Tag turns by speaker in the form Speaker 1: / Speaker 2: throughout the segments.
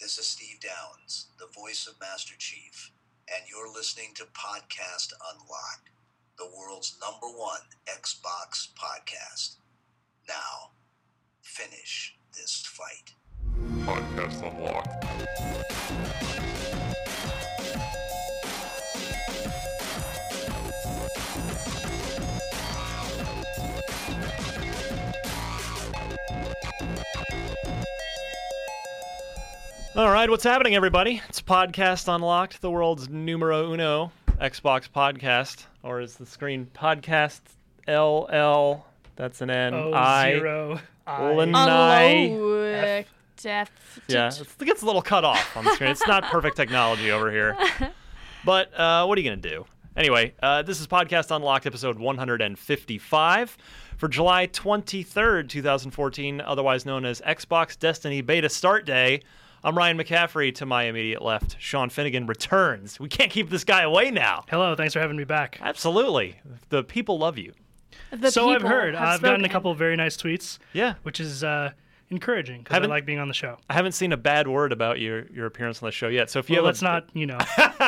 Speaker 1: This is Steve Downs, the voice of Master Chief, and you're listening to Podcast Unlocked, the world's number one Xbox podcast. Now, finish this fight.
Speaker 2: Podcast Unlocked.
Speaker 3: All right, what's happening, everybody? It's Podcast Unlocked, the world's numero uno Xbox podcast, or is the screen podcast LL? That's an N.
Speaker 4: Oh,
Speaker 3: I.
Speaker 4: zero. I.
Speaker 3: Lin- Nye.
Speaker 5: Unlocked. F-
Speaker 3: Yeah, it's- it gets a little cut off on the screen. It's not perfect technology over here. But uh, what are you going to do? Anyway, uh, this is Podcast Unlocked, episode 155 for July 23rd, 2014, otherwise known as Xbox Destiny Beta Start Day. I'm Ryan McCaffrey. To my immediate left, Sean Finnegan returns. We can't keep this guy away now.
Speaker 4: Hello, thanks for having me back.
Speaker 3: Absolutely. The people love you.
Speaker 5: The
Speaker 4: so I've
Speaker 5: people
Speaker 4: heard.
Speaker 5: have
Speaker 4: I've gotten a
Speaker 5: spoken.
Speaker 4: couple of very nice tweets,
Speaker 3: Yeah.
Speaker 4: which is uh, encouraging because I
Speaker 3: Haven't-
Speaker 4: like being on the show.
Speaker 3: I haven't seen a bad word about your, your appearance on the show yet. So if you
Speaker 4: Well,
Speaker 3: have
Speaker 4: let's
Speaker 3: a-
Speaker 4: not, you know,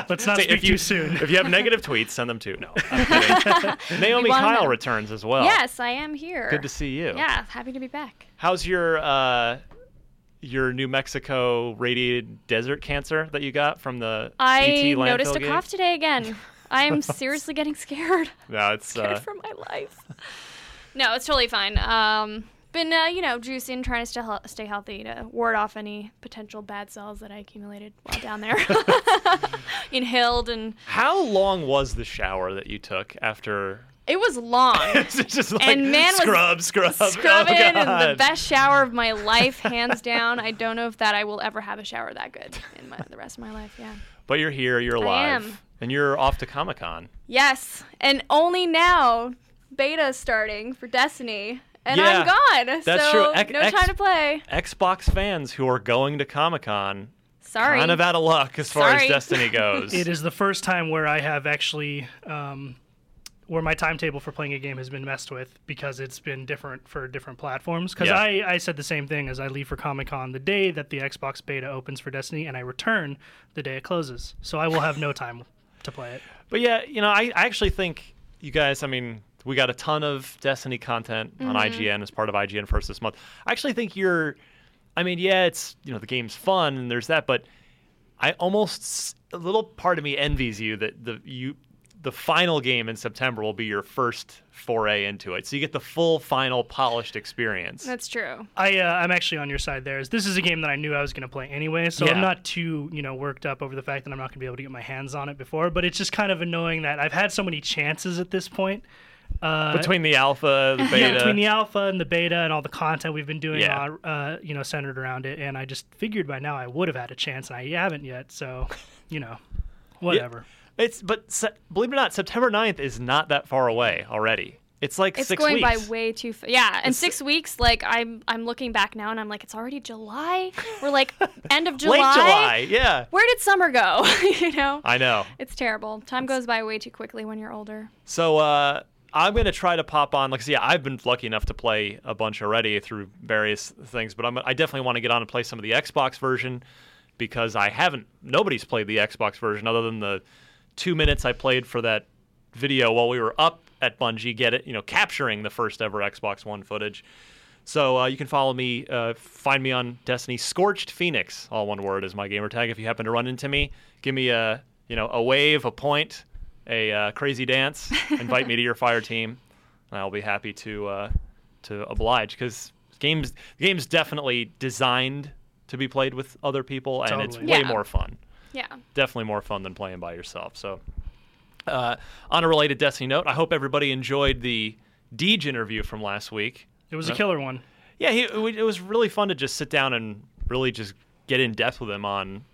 Speaker 4: let's not
Speaker 3: Say,
Speaker 4: speak
Speaker 3: if you,
Speaker 4: too soon.
Speaker 3: If you have negative tweets, send them to. No. I'm kidding. Naomi
Speaker 5: We want
Speaker 3: Kyle
Speaker 5: them.
Speaker 3: returns as well.
Speaker 5: Yes, I am here.
Speaker 3: Good to see you.
Speaker 5: Yeah, happy to be back.
Speaker 3: How's your uh, your New Mexico radiated desert cancer that you got from the
Speaker 5: I
Speaker 3: ET landfill
Speaker 5: noticed a
Speaker 3: gate?
Speaker 5: cough today again. I'm seriously getting scared.
Speaker 3: No, it's
Speaker 5: Scared
Speaker 3: uh,
Speaker 5: for my life. No, it's totally fine. Um, been uh, you know juicing, trying to stay, hel- stay healthy to ward off any potential bad cells that I accumulated while down there, inhaled, and
Speaker 3: how long was the shower that you took after?
Speaker 5: it was long.
Speaker 3: it's just like
Speaker 5: And man was
Speaker 3: scrub, scrub, oh,
Speaker 5: Scrubbing and the
Speaker 3: God.
Speaker 5: best shower of my life, hands down. I don't know if that I will ever have a shower that good in my, the rest of my life. Yeah.
Speaker 3: But you're here. You're alive.
Speaker 5: am.
Speaker 3: And you're off to Comic Con.
Speaker 5: Yes, and only now beta starting for Destiny, and
Speaker 3: Yeah,
Speaker 5: I'm gone.
Speaker 3: that's
Speaker 5: so
Speaker 3: true. Ec-
Speaker 5: no
Speaker 3: ex-
Speaker 5: time to play.
Speaker 3: Xbox fans who are going to Comic Con
Speaker 5: Sorry.
Speaker 3: kind of out of luck as far as
Speaker 5: Sorry.
Speaker 3: Destiny goes.
Speaker 4: It is the first time where I have actually, um, where my timetable for playing a game has been messed with because it's been different for different platforms. Because
Speaker 3: Yeah.
Speaker 4: I, I said the same thing as I leave for Comic Con the day that the Xbox beta opens for Destiny, and I return the day it closes. So I will have no time to play it.
Speaker 3: But yeah, you know, I, I actually think you guys, I mean, we got a ton of Destiny content
Speaker 5: Mm-hmm.
Speaker 3: on IGN as part of IGN First this month. I actually think you're, I mean, yeah, it's, you know, the game's fun and there's that, but I almost, s- a little part of me envies you that the, you, the final game in September will be your first foray into it. So you get the full, final, polished experience.
Speaker 5: That's true.
Speaker 4: I uh, I'm actually on your side there. Is this is a game that I knew I was going to play anyway, so
Speaker 3: Yeah.
Speaker 4: I'm not too you know worked up over the fact that I'm not going to be able to get my hands on it before. But it's just kind of annoying that I've had so many chances at this point. Uh,
Speaker 3: between the alpha, the beta.
Speaker 4: yeah, between the alpha and the beta and all the content we've been doing,
Speaker 3: Yeah.
Speaker 4: uh, uh, you know, centered around it, and I just figured by now I would have had a chance, and I haven't yet. So, you know, whatever.
Speaker 3: it's, but se- believe it or not, September 9th is not that far away already. It's like
Speaker 5: It's
Speaker 3: six
Speaker 5: going
Speaker 3: weeks.
Speaker 5: by way too fast. Yeah, and six weeks. Like I'm, I'm looking back now, and I'm like, it's already July. We're like end of July.
Speaker 3: Late July, yeah.
Speaker 5: Where did summer go? you know,
Speaker 3: I know.
Speaker 5: it's terrible. Time goes by way too quickly when you're older.
Speaker 3: So uh, I'm gonna try to pop on. Like, see, I've been lucky enough to play a bunch already through various things, but I'm, I definitely want to get on and play some of the Xbox version because I haven't. Nobody's played the Xbox version other than the two minutes I played for that video while we were up at Bungie. Get it? You know, capturing the first ever Xbox One footage. So uh, you can follow me, uh, find me on Destiny. Scorched Phoenix, all one word, is my gamer tag. If you happen to run into me, give me a you know a wave, a point, a uh, crazy dance. Invite me to your fire team, and I'll be happy to uh, to oblige. Because games the games definitely designed to be played with other people, and it's
Speaker 4: Totally.
Speaker 3: way
Speaker 5: Yeah.
Speaker 3: more fun
Speaker 5: Yeah.
Speaker 3: definitely more fun than playing by yourself. So, uh, on a related Destiny note, I hope everybody enjoyed the Deej interview from last week.
Speaker 4: It was a killer one.
Speaker 3: Yeah, he, it wa- it was really fun to just sit down and really just get in depth with him on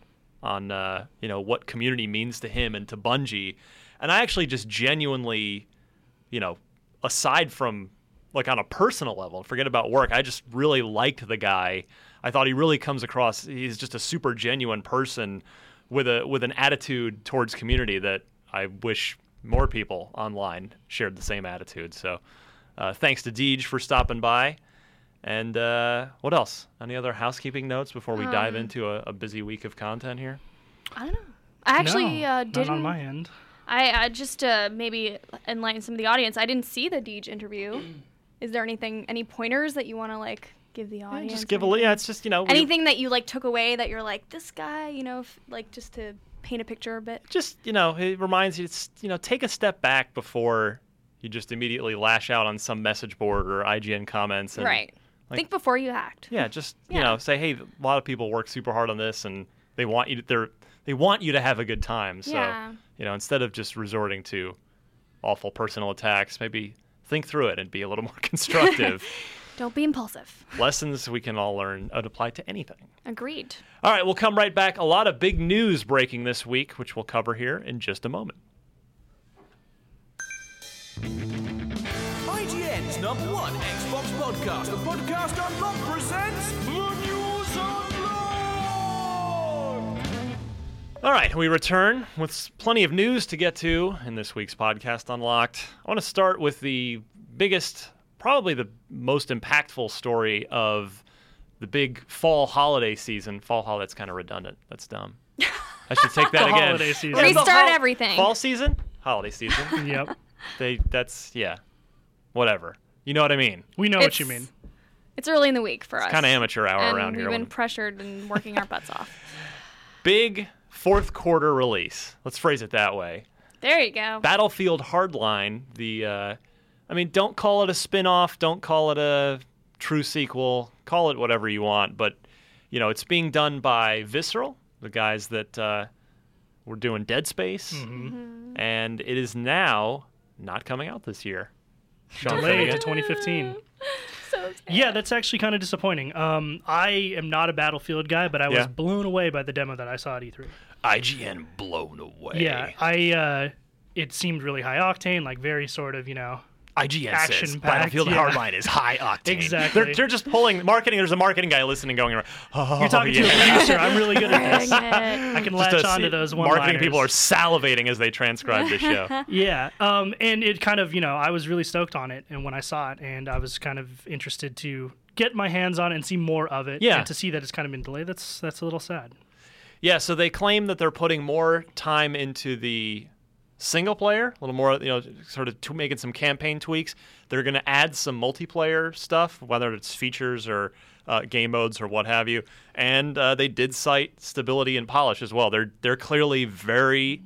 Speaker 3: on uh, you know what community means to him and to Bungie. And I actually just genuinely, you know, aside from like on a personal level, forget about work, I just really liked the guy. I thought he really comes across he's just a super genuine person with a with an attitude towards community that I wish more people online shared the same attitude. So uh, thanks to Deej for stopping by. And uh, what else? Any other housekeeping notes before we
Speaker 5: Um,
Speaker 3: dive into a, a busy week of content here?
Speaker 5: I don't know. I actually
Speaker 4: No,
Speaker 5: uh,
Speaker 4: not
Speaker 5: didn't.
Speaker 4: on my end.
Speaker 5: I uh, just uh, maybe enlighten some of the audience. I didn't see the Deej interview. Is there anything, any pointers that you want to like give the audience?
Speaker 3: just
Speaker 5: or
Speaker 3: give a li- yeah. It's just you know we-
Speaker 5: anything that you like took away that you're like this guy, you know, if, like just to paint a picture a bit.
Speaker 3: just you know it reminds you it's you know take a step back before you just immediately lash out on some message board or IGN comments. And,
Speaker 5: right.
Speaker 3: like-
Speaker 5: Think before you act.
Speaker 3: Yeah, just you
Speaker 5: Yeah.
Speaker 3: know, say hey, a lot of people work super hard on this, and they want you. To, they're they want you to have a good time. So
Speaker 5: Yeah.
Speaker 3: you know, instead of just resorting to awful personal attacks, maybe think through it and be a little more constructive.
Speaker 5: Don't be impulsive.
Speaker 3: Lessons we can all learn that apply to anything.
Speaker 5: Agreed.
Speaker 3: All right, we'll come right back. A lot of big news breaking this week, which we'll cover here in just a moment.
Speaker 6: IGN's number one Xbox podcast, the podcast unlocked presents the news unlocked.
Speaker 3: All right, we return with s- plenty of news to get to in this week's podcast unlocked. I want to start with the biggest, probably the most impactful story of the big fall holiday season. Fall holiday, that's kind of redundant. That's dumb. I should take that
Speaker 4: The
Speaker 3: again.
Speaker 4: holiday season.
Speaker 3: Yeah, the
Speaker 5: Restart
Speaker 3: hol-
Speaker 5: everything.
Speaker 3: Fall season, holiday season.
Speaker 4: Yep.
Speaker 3: they that's yeah, whatever. You know what I mean?
Speaker 4: We know what you
Speaker 5: It's-
Speaker 4: mean.
Speaker 5: It's early in the week for us.
Speaker 3: Kind of amateur hour
Speaker 5: and
Speaker 3: around
Speaker 5: we've
Speaker 3: here.
Speaker 5: been
Speaker 3: when-
Speaker 5: pressured and working our butts off.
Speaker 3: big fourth quarter release. Let's phrase it that way.
Speaker 5: There you go.
Speaker 3: Battlefield Hardline, the uh, I mean, don't call it a spin-off, don't call it a true sequel, call it whatever you want, but you know, it's being done by Visceral, the guys that uh, were doing Dead Space,
Speaker 4: Mm-hmm.
Speaker 3: and it is now not coming out this year. Sean
Speaker 4: Delayed to
Speaker 3: Finnegan.
Speaker 4: 2015.
Speaker 5: so sad.
Speaker 4: Yeah, that's actually kind of disappointing. Um, I am not a Battlefield guy, but I
Speaker 3: Yeah.
Speaker 4: was blown away by the demo that I saw at E3.
Speaker 3: IGN blown away.
Speaker 4: Yeah, I. Uh, it seemed really high octane, like very sort of you know.
Speaker 3: IGN says
Speaker 4: Action-packed,
Speaker 3: Battlefield
Speaker 4: yeah.
Speaker 3: Hardline is high octane.
Speaker 4: Exactly.
Speaker 3: They're, they're just pulling marketing. There's a marketing guy listening, going around. Oh,
Speaker 4: You're talking to a
Speaker 3: yeah."
Speaker 4: producer. I'm really good at this.
Speaker 5: Dang it.
Speaker 4: I can
Speaker 3: Just
Speaker 4: latch
Speaker 3: us-
Speaker 4: onto those one.
Speaker 3: marketing people are salivating as they transcribe this show.
Speaker 4: Yeah, um, and it kind of you know I was really stoked on it, and when I saw it, and I was kind of interested to get my hands on it and see more of it.
Speaker 3: Yeah.
Speaker 4: and to see that it's kind of been delayed. That's that's a little sad.
Speaker 3: yeah, so they claim that they're putting more time into the single player, a little more, you know, sort of to making some campaign tweaks. They're going to add some multiplayer stuff, whether it's features or uh, game modes or what have you. And uh, they did cite stability and polish as well. They're they're clearly very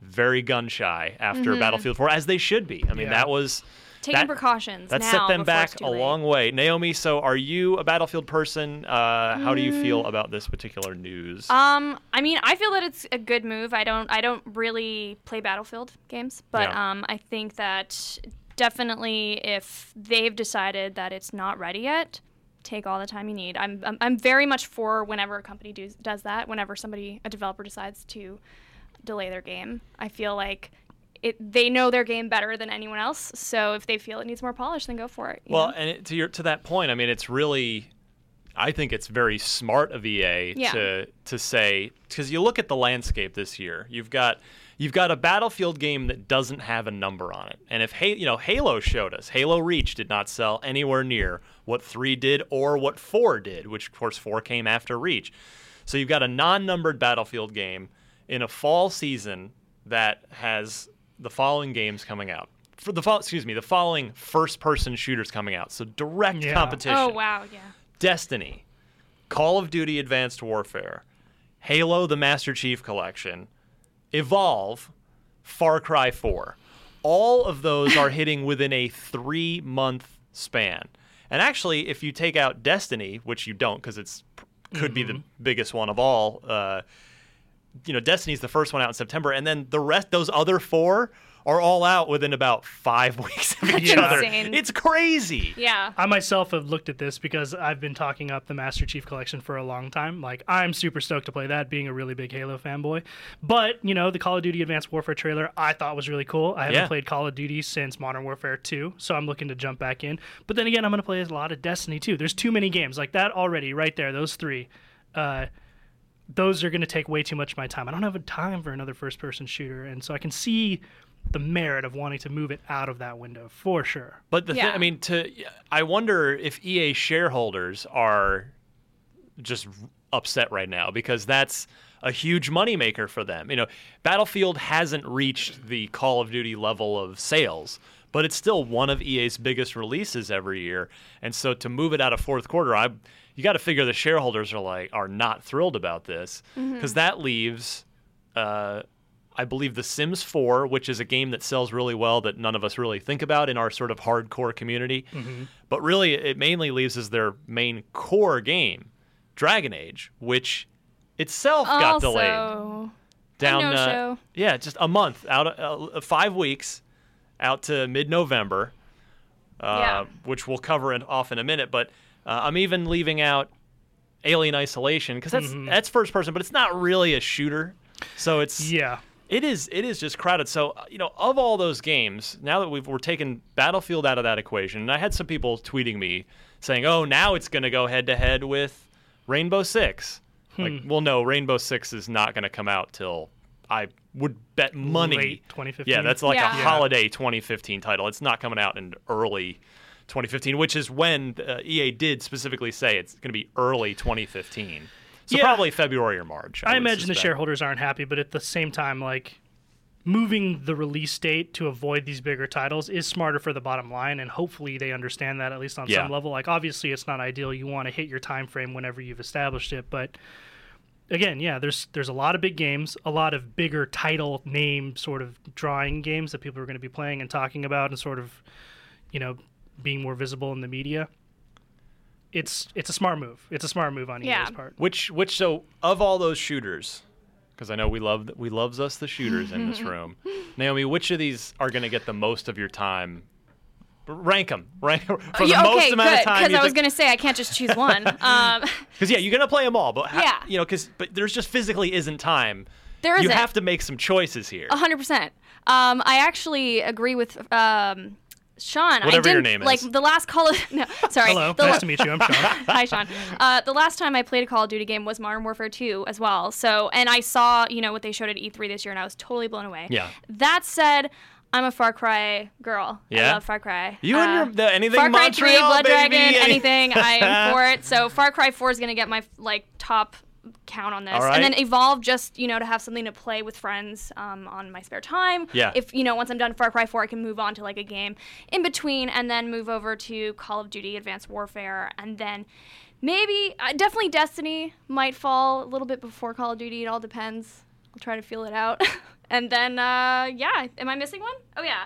Speaker 3: very gun shy after
Speaker 5: Mm-hmm.
Speaker 3: Battlefield 4, as they should be. I mean,
Speaker 4: Yeah.
Speaker 3: that was
Speaker 5: Taking
Speaker 3: that-
Speaker 5: precautions.
Speaker 3: That
Speaker 5: now
Speaker 3: set them
Speaker 5: before it's
Speaker 3: back
Speaker 5: too
Speaker 3: a
Speaker 5: late.
Speaker 3: long way. Naomi, so are you a Battlefield person? Uh, how do you
Speaker 5: Mm.
Speaker 3: feel about this particular news?
Speaker 5: Um, I mean, I feel that it's a good move. I don't, I don't really play Battlefield games, but
Speaker 3: Yeah.
Speaker 5: um, I think that definitely if they've decided that it's not ready yet, take all the time you need. I'm, I'm, I'm very much for whenever a company does does that. Whenever somebody, a developer decides to delay their game, I feel like. It, they know their game better than anyone else, so if they feel it needs more polish, then go for it. you
Speaker 3: well,
Speaker 5: know?
Speaker 3: and it, to your to that point, I mean, it's really, I think it's very smart of EA
Speaker 5: Yeah.
Speaker 3: to to say because you look at the landscape this year. You've got you've got a Battlefield game that doesn't have a number on it, and if Ha- you know Halo showed us, Halo Reach did not sell anywhere near what three did or what four did, which of course four came after Reach. So you've got a non-numbered Battlefield game in a fall season that has the following games coming out. For the fall, excuse me, the following first-person shooters coming out. So direct
Speaker 4: Yeah.
Speaker 3: competition.
Speaker 5: oh wow, yeah,
Speaker 3: Destiny, Call of Duty Advanced Warfare, Halo the Master Chief Collection, Evolve, Far Cry 4. All of those are hitting within a three month span. And actually, if you take out Destiny, which you don't because it's could be the
Speaker 5: Mm-hmm.
Speaker 3: biggest one of all, uh, you know, Destiny's the first one out in September, and then the rest, those other four, are all out within about five weeks of each
Speaker 5: That's
Speaker 3: other.
Speaker 5: insane.
Speaker 3: It's crazy.
Speaker 5: yeah.
Speaker 4: I myself have looked at this because I've been talking up the Master Chief Collection for a long time. Like, I'm super stoked to play that, being a really big Halo fanboy. But, you know, the Call of Duty Advanced Warfare trailer I thought was really cool. I haven't
Speaker 3: Yeah.
Speaker 4: played Call of Duty since Modern Warfare 2, so I'm looking to jump back in. But then again, I'm going to play a lot of Destiny too. There's too many games like that already, right there, those three. Uh, those are going to take way too much of my time. I don't have a time for another first person shooter. And so I can see the merit of wanting to move it out of that window for sure.
Speaker 3: But the
Speaker 5: Yeah.
Speaker 3: thing, I mean, to I wonder if EA shareholders are just upset right now because that's a huge moneymaker for them. You know, Battlefield hasn't reached the Call of Duty level of sales, but it's still one of EA's biggest releases every year. And so to move it out of fourth quarter, I you got to figure the shareholders are like are not thrilled about this because that leaves uh, I believe The Sims 4, which is a game that sells really well that none of us really think about in our sort of hardcore community. But really, it mainly leaves as their main core game, Dragon Age, which itself got
Speaker 5: also,
Speaker 3: delayed down.
Speaker 5: no
Speaker 3: uh,
Speaker 5: show.
Speaker 3: yeah, just a month out, uh, five weeks out to mid-November, uh,
Speaker 5: Yeah.
Speaker 3: which we'll cover in, off in a minute. But uh, I'm even leaving out Alien Isolation because that's that's first person, but it's not really a shooter. So it's
Speaker 4: Yeah.
Speaker 3: it is it is just crowded. So uh, you know, of all those games, now that we've we're taking Battlefield out of that equation, and I had some people tweeting me saying, "Oh, now it's going to go head to head with Rainbow Six.
Speaker 4: Hmm.
Speaker 3: Like, well, no, Rainbow Six is not going to come out till I would bet money
Speaker 4: Late 2015.
Speaker 3: Yeah, that's like
Speaker 5: Yeah.
Speaker 3: a
Speaker 5: Yeah.
Speaker 3: holiday 2015 title. It's not coming out in early. 2015, which is when uh, EA did specifically say it's going to be early 2015, so
Speaker 4: Yeah.
Speaker 3: probably February or March. I,
Speaker 4: I
Speaker 3: would
Speaker 4: imagine the
Speaker 3: suspect.
Speaker 4: shareholders aren't happy, but at the same time, like moving the release date to avoid these bigger titles is smarter for the bottom line, and hopefully they understand that at least on
Speaker 3: Yeah.
Speaker 4: some level. Like obviously, it's not ideal. You want to hit your time frame whenever you've established it, but again, yeah, there's there's a lot of big games, a lot of bigger title name sort of drawing games that people are going to be playing and talking about, and sort of you know being more visible in the media. It's it's a smart move. It's a smart move on
Speaker 5: Yeah.
Speaker 4: EA's part.
Speaker 3: Which which so of all those shooters, because I know we love we loves us the shooters in this room. Naomi, which of these are going to get the most of your time? Rank them, right? For the
Speaker 5: Yeah,
Speaker 3: most
Speaker 5: okay,
Speaker 3: amount
Speaker 5: good.
Speaker 3: of time.
Speaker 5: Because I was gonna say I can't just choose one. Um,
Speaker 3: Because yeah, you're gonna play them all, but ha-
Speaker 5: Yeah.
Speaker 3: you know, because but there's just physically isn't time.
Speaker 5: There
Speaker 3: You
Speaker 5: isn't. Uh,
Speaker 3: have to make some choices here.
Speaker 5: hundred percent. Um, I actually agree with um, Sean. I
Speaker 3: Whatever
Speaker 5: didn't,
Speaker 3: your name
Speaker 5: like
Speaker 3: is.
Speaker 5: the last call. Of, no, sorry.
Speaker 4: Hello,
Speaker 5: The la-
Speaker 4: nice to meet you. I'm Sean.
Speaker 5: Hi, Sean. Uh, the last time I played a Call of Duty game was Modern Warfare 2 as well. So, and I saw, you know, what they showed at E3 this year, and I was totally blown away.
Speaker 3: Yeah.
Speaker 5: That said, I'm a Far Cry girl.
Speaker 3: Yeah?
Speaker 5: I love Far Cry. Uh,
Speaker 3: You and your- the- anything
Speaker 5: Far Cry
Speaker 3: Montreal,
Speaker 5: 3, Blood
Speaker 3: baby,
Speaker 5: Dragon,
Speaker 3: any-
Speaker 5: anything. I am for it. So Far Cry 4 is gonna get my like top count on this,
Speaker 3: All right.
Speaker 5: and then evolve just you know to have something to play with friends um, on my spare time.
Speaker 3: Yeah.
Speaker 5: If you know once I'm done Far Cry 4, I can move on to like a game in between, and then move over to Call of Duty Advanced Warfare, and then maybe uh, definitely Destiny might fall a little bit before Call of Duty. It all depends. I'll try to feel it out, and then uh, yeah, am I missing one? Oh yeah.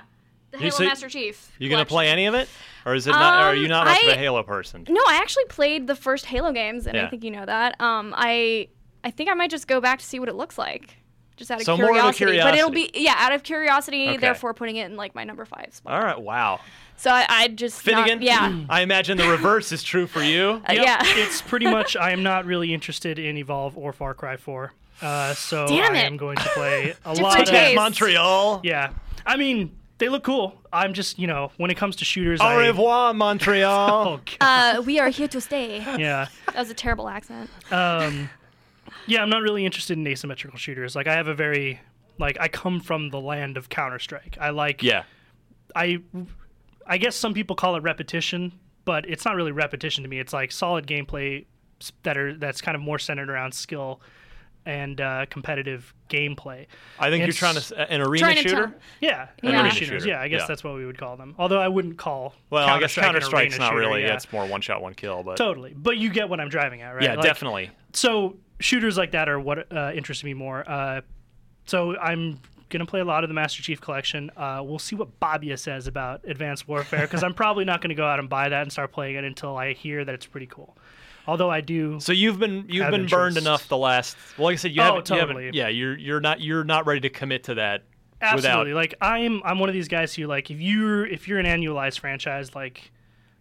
Speaker 5: The Halo
Speaker 3: so-
Speaker 5: Master Chief.
Speaker 3: you gonna
Speaker 5: collection.
Speaker 3: play any of it, or is it not? or are
Speaker 5: Um,
Speaker 3: you not much of
Speaker 5: I-
Speaker 3: a Halo person?
Speaker 5: No, I actually played the first Halo games, and
Speaker 3: Yeah.
Speaker 5: I think you know that. Um, I I think I might just go back to see what it looks like, just out of,
Speaker 3: So more of
Speaker 5: curiosity.
Speaker 3: a
Speaker 5: But it'll
Speaker 3: curiosity.
Speaker 5: be yeah, out of curiosity,
Speaker 3: Okay.
Speaker 5: therefore putting it in like my number five spot.
Speaker 3: All right, wow,
Speaker 5: So I I just not-
Speaker 3: Finnegan.
Speaker 5: yeah,
Speaker 3: I imagine the reverse is true for you.
Speaker 5: Uh,
Speaker 4: Yep,
Speaker 5: yeah.
Speaker 4: it's pretty much I am not really interested in Evolve or Far Cry 4. Uh, so
Speaker 5: Damn
Speaker 4: I
Speaker 5: it.
Speaker 4: am going to play a
Speaker 5: Different
Speaker 4: lot
Speaker 5: taste.
Speaker 4: of
Speaker 5: Yes.
Speaker 3: Montreal.
Speaker 4: Yeah. I mean, they look cool. I'm just, you know, when it comes to shooters
Speaker 3: Au
Speaker 4: I
Speaker 3: revoir,
Speaker 4: Oh,
Speaker 3: Montreal.
Speaker 4: God.
Speaker 5: uh, we are here to stay.
Speaker 4: yeah.
Speaker 5: That was a terrible accent.
Speaker 4: Um, yeah, I'm not really interested in asymmetrical shooters. Like I have a very like I come from the land of Counter-Strike. I like
Speaker 3: yeah.
Speaker 4: I I guess some people call it repetition, but it's not really repetition to me. It's like solid gameplay s- that are that's kind of more centered around skill and uh, competitive gameplay.
Speaker 3: I think
Speaker 4: It's-
Speaker 3: you're trying to s- uh, an arena
Speaker 5: Trying to
Speaker 3: shooter.
Speaker 5: tell-
Speaker 4: Yeah,
Speaker 5: Yeah.
Speaker 4: arena
Speaker 5: Arena
Speaker 4: shooters.
Speaker 3: shooter,
Speaker 4: Yeah, I guess
Speaker 3: yeah.
Speaker 4: that's what we would call them. Although I wouldn't call
Speaker 3: Well, I guess
Speaker 4: Counter-Strike an
Speaker 3: Counter Strike's
Speaker 4: arena
Speaker 3: not
Speaker 4: shooter,
Speaker 3: really.
Speaker 4: yeah.
Speaker 3: It's more one shot, one kill. But
Speaker 4: totally. But you get what I'm driving at, right?
Speaker 3: yeah,
Speaker 4: Like,
Speaker 3: definitely.
Speaker 4: So shooters like that are what uh, interests me more. Uh, so I'm gonna play a lot of the Master Chief Collection. Uh, we'll see what Babia says about Advanced Warfare because I'm probably not gonna go out and buy that and start playing it until I hear that it's pretty cool. Although I do.
Speaker 3: So you've been you've
Speaker 4: Have
Speaker 3: been burned
Speaker 4: interest.
Speaker 3: enough the last. Well, like I said, you
Speaker 4: Oh,
Speaker 3: haven't. you haven't-
Speaker 4: totally.
Speaker 3: yeah, you're you're not you're not ready to commit to that.
Speaker 4: Absolutely.
Speaker 3: Without,
Speaker 4: Like I'm I'm one of these guys who like if you're if you're an annualized franchise like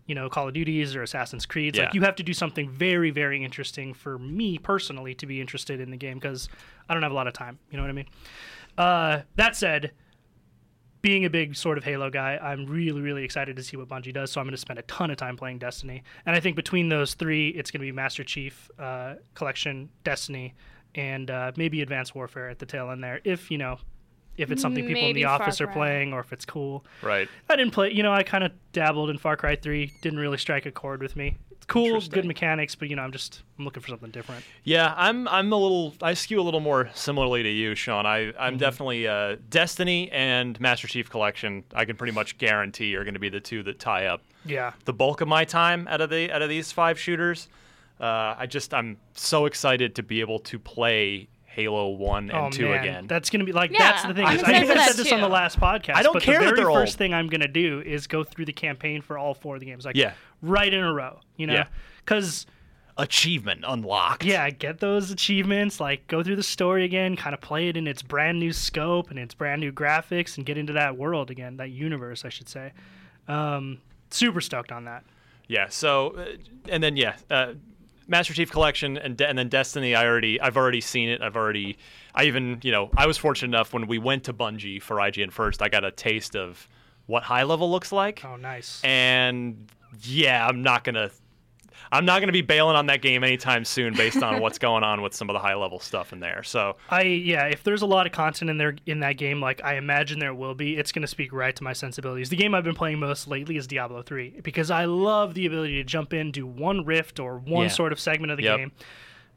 Speaker 4: you know Call of Duties or Assassin's Creed,
Speaker 3: Yeah.
Speaker 4: like you have to do something very very interesting for me personally to be interested in the game cuz I don't have a lot of time, you know what I mean? Uh that said, being a big sort of Halo guy, I'm really really excited to see what Bungie does, so I'm going to spend a ton of time playing Destiny. And I think between those 3, it's going to be Master Chief uh collection, Destiny, and uh, maybe Advanced Warfare at the tail end there if, you know, if it's something people in
Speaker 5: Maybe
Speaker 4: the
Speaker 5: Far
Speaker 4: office are
Speaker 5: Cry.
Speaker 4: playing or if it's cool.
Speaker 3: Right.
Speaker 4: I didn't play. You know, I kind of dabbled in Far Cry Three. Didn't really strike a chord with me. It's cool, good
Speaker 3: Interesting.
Speaker 4: mechanics, but you know, I'm just I'm looking for something different.
Speaker 3: Yeah, I'm I'm a little I skew a little more similarly to you, Sean. I
Speaker 4: Mm-hmm.
Speaker 3: I'm definitely uh, Destiny and Master Chief Collection. I can pretty much guarantee are going to be the two that tie up
Speaker 4: Yeah,
Speaker 3: the bulk of my time out of the out of these five shooters. Uh, I just I'm so excited to be able to play Halo One and
Speaker 4: oh
Speaker 3: Two
Speaker 4: man,
Speaker 3: again.
Speaker 4: that's gonna be like
Speaker 5: Yeah,
Speaker 4: that's the thing.
Speaker 5: I'm
Speaker 4: is, I
Speaker 5: excited
Speaker 4: think
Speaker 5: for
Speaker 4: I
Speaker 5: that
Speaker 4: said this on
Speaker 5: too.
Speaker 4: the last podcast.
Speaker 3: I don't
Speaker 4: but
Speaker 3: care
Speaker 4: The
Speaker 3: that
Speaker 4: very
Speaker 3: they're
Speaker 4: first
Speaker 3: old.
Speaker 4: thing I'm gonna do is go through the campaign for all four of the games, like
Speaker 3: Yeah.
Speaker 4: right in a row. You know,
Speaker 3: Yeah.
Speaker 4: because.
Speaker 3: Achievement unlocked.
Speaker 4: Yeah, get those achievements, like go through the story again, kind of play it in its brand new scope and its brand new graphics and get into that world again, that universe, I should say. Um, super stoked on that.
Speaker 3: Yeah. So, uh, and then yeah, uh, Master Chief Collection and De- and then Destiny. I already I've already seen it. I've already I even you know I was fortunate enough when we went to Bungie for IGN first. I got a taste of what high level looks like,
Speaker 4: Oh, nice.
Speaker 3: and yeah, I'm not gonna. I'm not going to be bailing on that game anytime soon based on what's going on with some of the high level stuff in there. So,
Speaker 4: I yeah, if there's a lot of content in there in that game, like I imagine there will be, it's gonna speak right to my sensibilities. The game I've been playing most lately is Diablo three because I love the ability to jump in, do one rift or one
Speaker 3: Yeah.
Speaker 4: sort of segment of the
Speaker 3: Yep.
Speaker 4: game.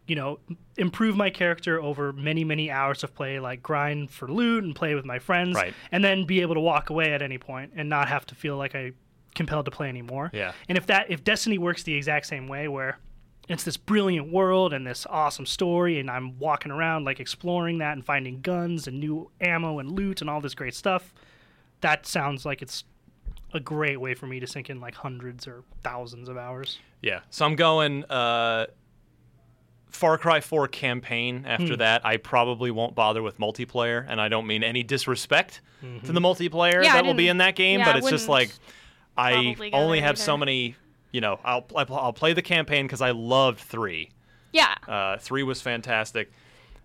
Speaker 4: You know, improve my character over many many hours of play, like grind for loot and play with my friends,
Speaker 3: Right.
Speaker 4: and then be able to walk away at any point and not have to feel like I compelled to play anymore.
Speaker 3: Yeah.
Speaker 4: And if that if Destiny works the exact same way where it's this brilliant world and this awesome story and I'm walking around like exploring that and finding guns and new ammo and loot and all this great stuff, that sounds like it's a great way for me to sink in like hundreds or thousands of hours.
Speaker 3: Yeah. So I'm going uh, Far Cry 4 campaign. After that, I probably won't bother with multiplayer, and I don't mean any disrespect to the multiplayer
Speaker 5: Yeah, I
Speaker 3: that will be
Speaker 5: didn't-
Speaker 3: in that game,
Speaker 5: yeah,
Speaker 3: but
Speaker 5: I
Speaker 3: it's just like
Speaker 5: wouldn't
Speaker 3: I
Speaker 5: probably go
Speaker 3: only
Speaker 5: there
Speaker 3: have so
Speaker 5: either.
Speaker 3: many. You know, I'll I pl- I'll play the campaign because I loved three.
Speaker 5: Yeah.
Speaker 3: Uh, three was fantastic.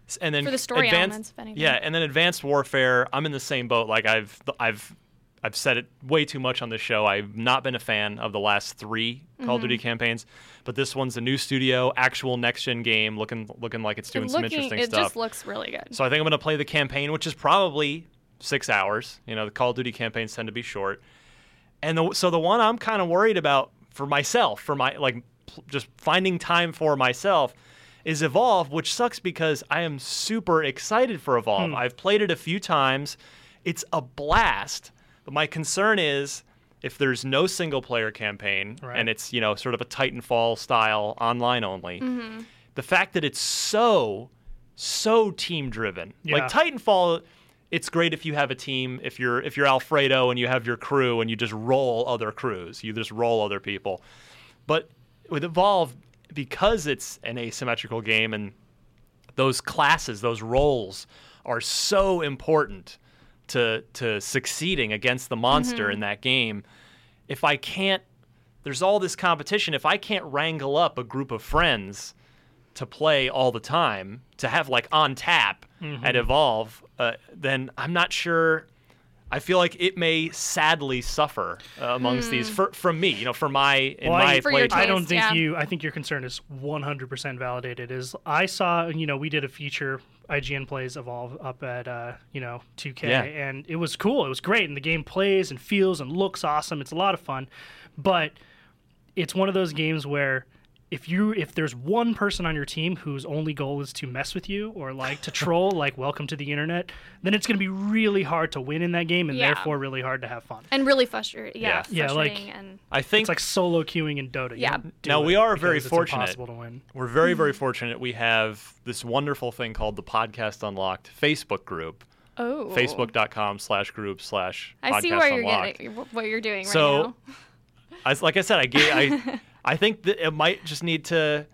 Speaker 3: S- And then
Speaker 5: For the story
Speaker 3: advanced,
Speaker 5: elements, if anything.
Speaker 3: yeah, and then Advanced Warfare. I'm in the same boat. Like I've I've I've said it way too much on this show. I've not been a fan of the last 3 Call
Speaker 5: Mm-hmm.
Speaker 3: of Duty campaigns, but this one's a new studio, actual next gen game, looking looking like it's doing
Speaker 5: It
Speaker 3: some
Speaker 5: looking-
Speaker 3: interesting
Speaker 5: it
Speaker 3: stuff.
Speaker 5: just looks really good.
Speaker 3: So I think I'm going to play the campaign, which is probably six hours. You know, the Call of Duty campaigns tend to be short. And the, so the one I'm kind of worried about for myself, for my like pl- just finding time for myself, is Evolve, which sucks because I am super excited for Evolve. I've played it a few times. It's a blast. But my concern is if there's no single player campaign
Speaker 4: Right.
Speaker 3: and it's, you know, sort of a Titanfall style online only, the fact that it's so so team driven.
Speaker 4: Yeah.
Speaker 3: Like Titanfall, it's great if you have a team. If you're if you're Alfredo and you have your crew and you just roll other crews, you just roll other people. But with Evolve, because it's an asymmetrical game and those classes, those roles are so important to to succeeding against the monster in that game. If I can't there's all this competition. If I can't wrangle up a group of friends to play all the time, to have like on tap
Speaker 4: Mm-hmm.
Speaker 3: at Evolve, uh, then I'm not sure. I feel like it may sadly suffer uh, amongst these for, from me, you know, for my in
Speaker 4: Well, I-
Speaker 3: my
Speaker 4: Hmm. For
Speaker 5: your
Speaker 3: playtime.
Speaker 4: I don't
Speaker 5: taste,
Speaker 4: think
Speaker 5: yeah.
Speaker 4: you. I think your concern is 100% validated. Is I saw, you know, we did a feature. IGN plays evolve up at uh, you know 2K,
Speaker 3: Yeah.
Speaker 4: and it was cool. It was great, and the game plays and feels and looks awesome. It's a lot of fun, but it's one of those games where if you if there's one person on your team whose only goal is to mess with you or like to troll, like welcome to the internet, then it's going to be really hard to win in that game, and
Speaker 5: Yeah.
Speaker 4: therefore really hard to have fun.
Speaker 5: and really frustrating. Yeah.
Speaker 4: Yeah. Yeah, like-
Speaker 5: frustrating and
Speaker 3: I think
Speaker 4: It's like solo queuing in Dota. You
Speaker 5: Yeah.
Speaker 4: don't do
Speaker 3: Now,
Speaker 4: it
Speaker 3: we are very
Speaker 4: because it's
Speaker 3: fortunate.
Speaker 4: Impossible Mm-hmm. to win.
Speaker 3: we're very very fortunate. We have this wonderful thing called the Podcast Unlocked Facebook group,
Speaker 5: oh.
Speaker 3: Facebook.com/slash/group/slash.
Speaker 5: I see
Speaker 3: Podcast
Speaker 5: where you're
Speaker 3: Unlocked.
Speaker 5: getting what you're doing
Speaker 3: So-
Speaker 5: right now.
Speaker 3: I, like I said, I get, I, I think that it might just need to,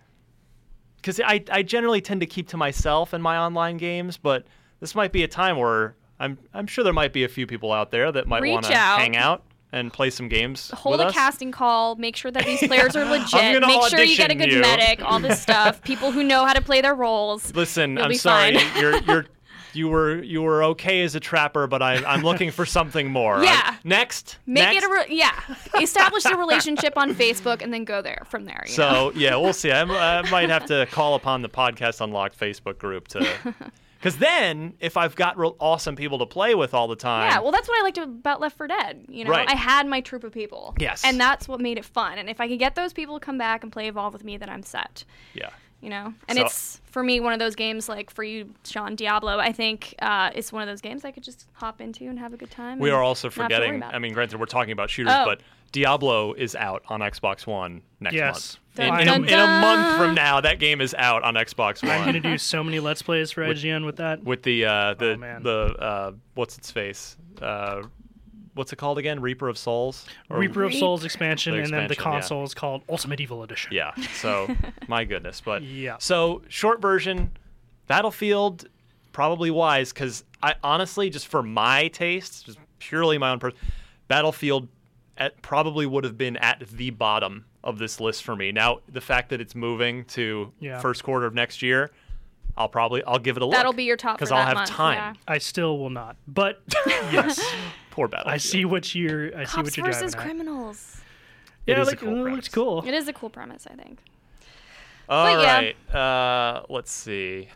Speaker 3: because I, I generally tend to keep to myself in my online games, but this might be a time where I'm, I'm sure there might be a few people out there that might
Speaker 5: Reach
Speaker 3: want to
Speaker 5: out.
Speaker 3: hang out and play some games.
Speaker 5: Hold
Speaker 3: with
Speaker 5: a
Speaker 3: us.
Speaker 5: casting call. Make sure that these players are legit.
Speaker 3: gonna
Speaker 5: Make sure you get a
Speaker 3: audition
Speaker 5: good
Speaker 3: you.
Speaker 5: medic. All this stuff. People who know how to play their roles.
Speaker 3: Listen,
Speaker 5: You'll
Speaker 3: I'm
Speaker 5: be
Speaker 3: sorry,
Speaker 5: fine.
Speaker 3: you're, you're, you were, you were okay as a trapper, but I, I'm looking for something more. I'm-
Speaker 5: Yeah.
Speaker 3: next.
Speaker 5: Make
Speaker 3: next.
Speaker 5: it a re- yeah. Establish a relationship on Facebook and then go there from there. You know?
Speaker 3: So yeah, we'll see. I, I might have to call upon the podcast unlocked Facebook group to Because then, if I've got real awesome people to play with all the time,
Speaker 5: Yeah, well, that's what I liked about Left 4 Dead. You know,
Speaker 3: Right.
Speaker 5: I had my troop of people.
Speaker 3: Yes.
Speaker 5: And that's what made it fun. And if I could get those people to come back and play Evolve with me, then I'm set.
Speaker 3: yeah,
Speaker 5: You know? And
Speaker 3: So-
Speaker 5: it's, for me, one of those games, like for you, Sean, Diablo, I think uh, it's one of those games I could just hop into and have a good time.
Speaker 3: we
Speaker 5: and
Speaker 3: are also
Speaker 5: not have to worry
Speaker 3: forgetting.
Speaker 5: about
Speaker 3: I
Speaker 5: it.
Speaker 3: mean, granted, we're talking about shooters,
Speaker 5: Oh.
Speaker 3: but Diablo is out on Xbox One next
Speaker 4: Yes.
Speaker 3: month. In, in,
Speaker 4: Dun,
Speaker 3: a,
Speaker 4: dun,
Speaker 3: in a
Speaker 5: dun.
Speaker 3: month from now, that game is out on Xbox
Speaker 4: I'm
Speaker 3: One
Speaker 4: gonna do so many let's plays for IGN with that.
Speaker 3: with the uh, the
Speaker 4: Oh, man.
Speaker 3: the uh, what's its face. Uh, What's it called again? Reaper of Souls? Or-
Speaker 4: Reaper of
Speaker 5: Reap-
Speaker 4: Souls expansion,
Speaker 3: The
Speaker 4: and then the
Speaker 3: expansion, yeah.
Speaker 4: console is called Ultimate Evil Edition.
Speaker 3: Yeah. So my goodness, but
Speaker 4: Yeah.
Speaker 3: So short version, Battlefield probably wise because I honestly just for my taste, just purely my own person, Battlefield at, probably would have been at the bottom of this list for me. Now the fact that it's moving to
Speaker 4: Yeah.
Speaker 3: first quarter of next year, I'll probably I'll give it a look.
Speaker 5: That'll be your top for
Speaker 3: because I'll
Speaker 5: that
Speaker 3: have
Speaker 5: month,
Speaker 3: time.
Speaker 5: yeah.
Speaker 4: I still will not. But yes,
Speaker 3: Poor Battlefield.
Speaker 4: I see what you're. I see
Speaker 5: Cops
Speaker 4: what you're driving
Speaker 5: versus
Speaker 4: at.
Speaker 5: criminals.
Speaker 4: Yeah,
Speaker 3: is a
Speaker 4: like,
Speaker 3: cool
Speaker 4: it
Speaker 3: premise.
Speaker 4: looks cool.
Speaker 5: It is a cool premise, I think.
Speaker 3: All
Speaker 5: But yeah.
Speaker 3: right. Uh, let's see.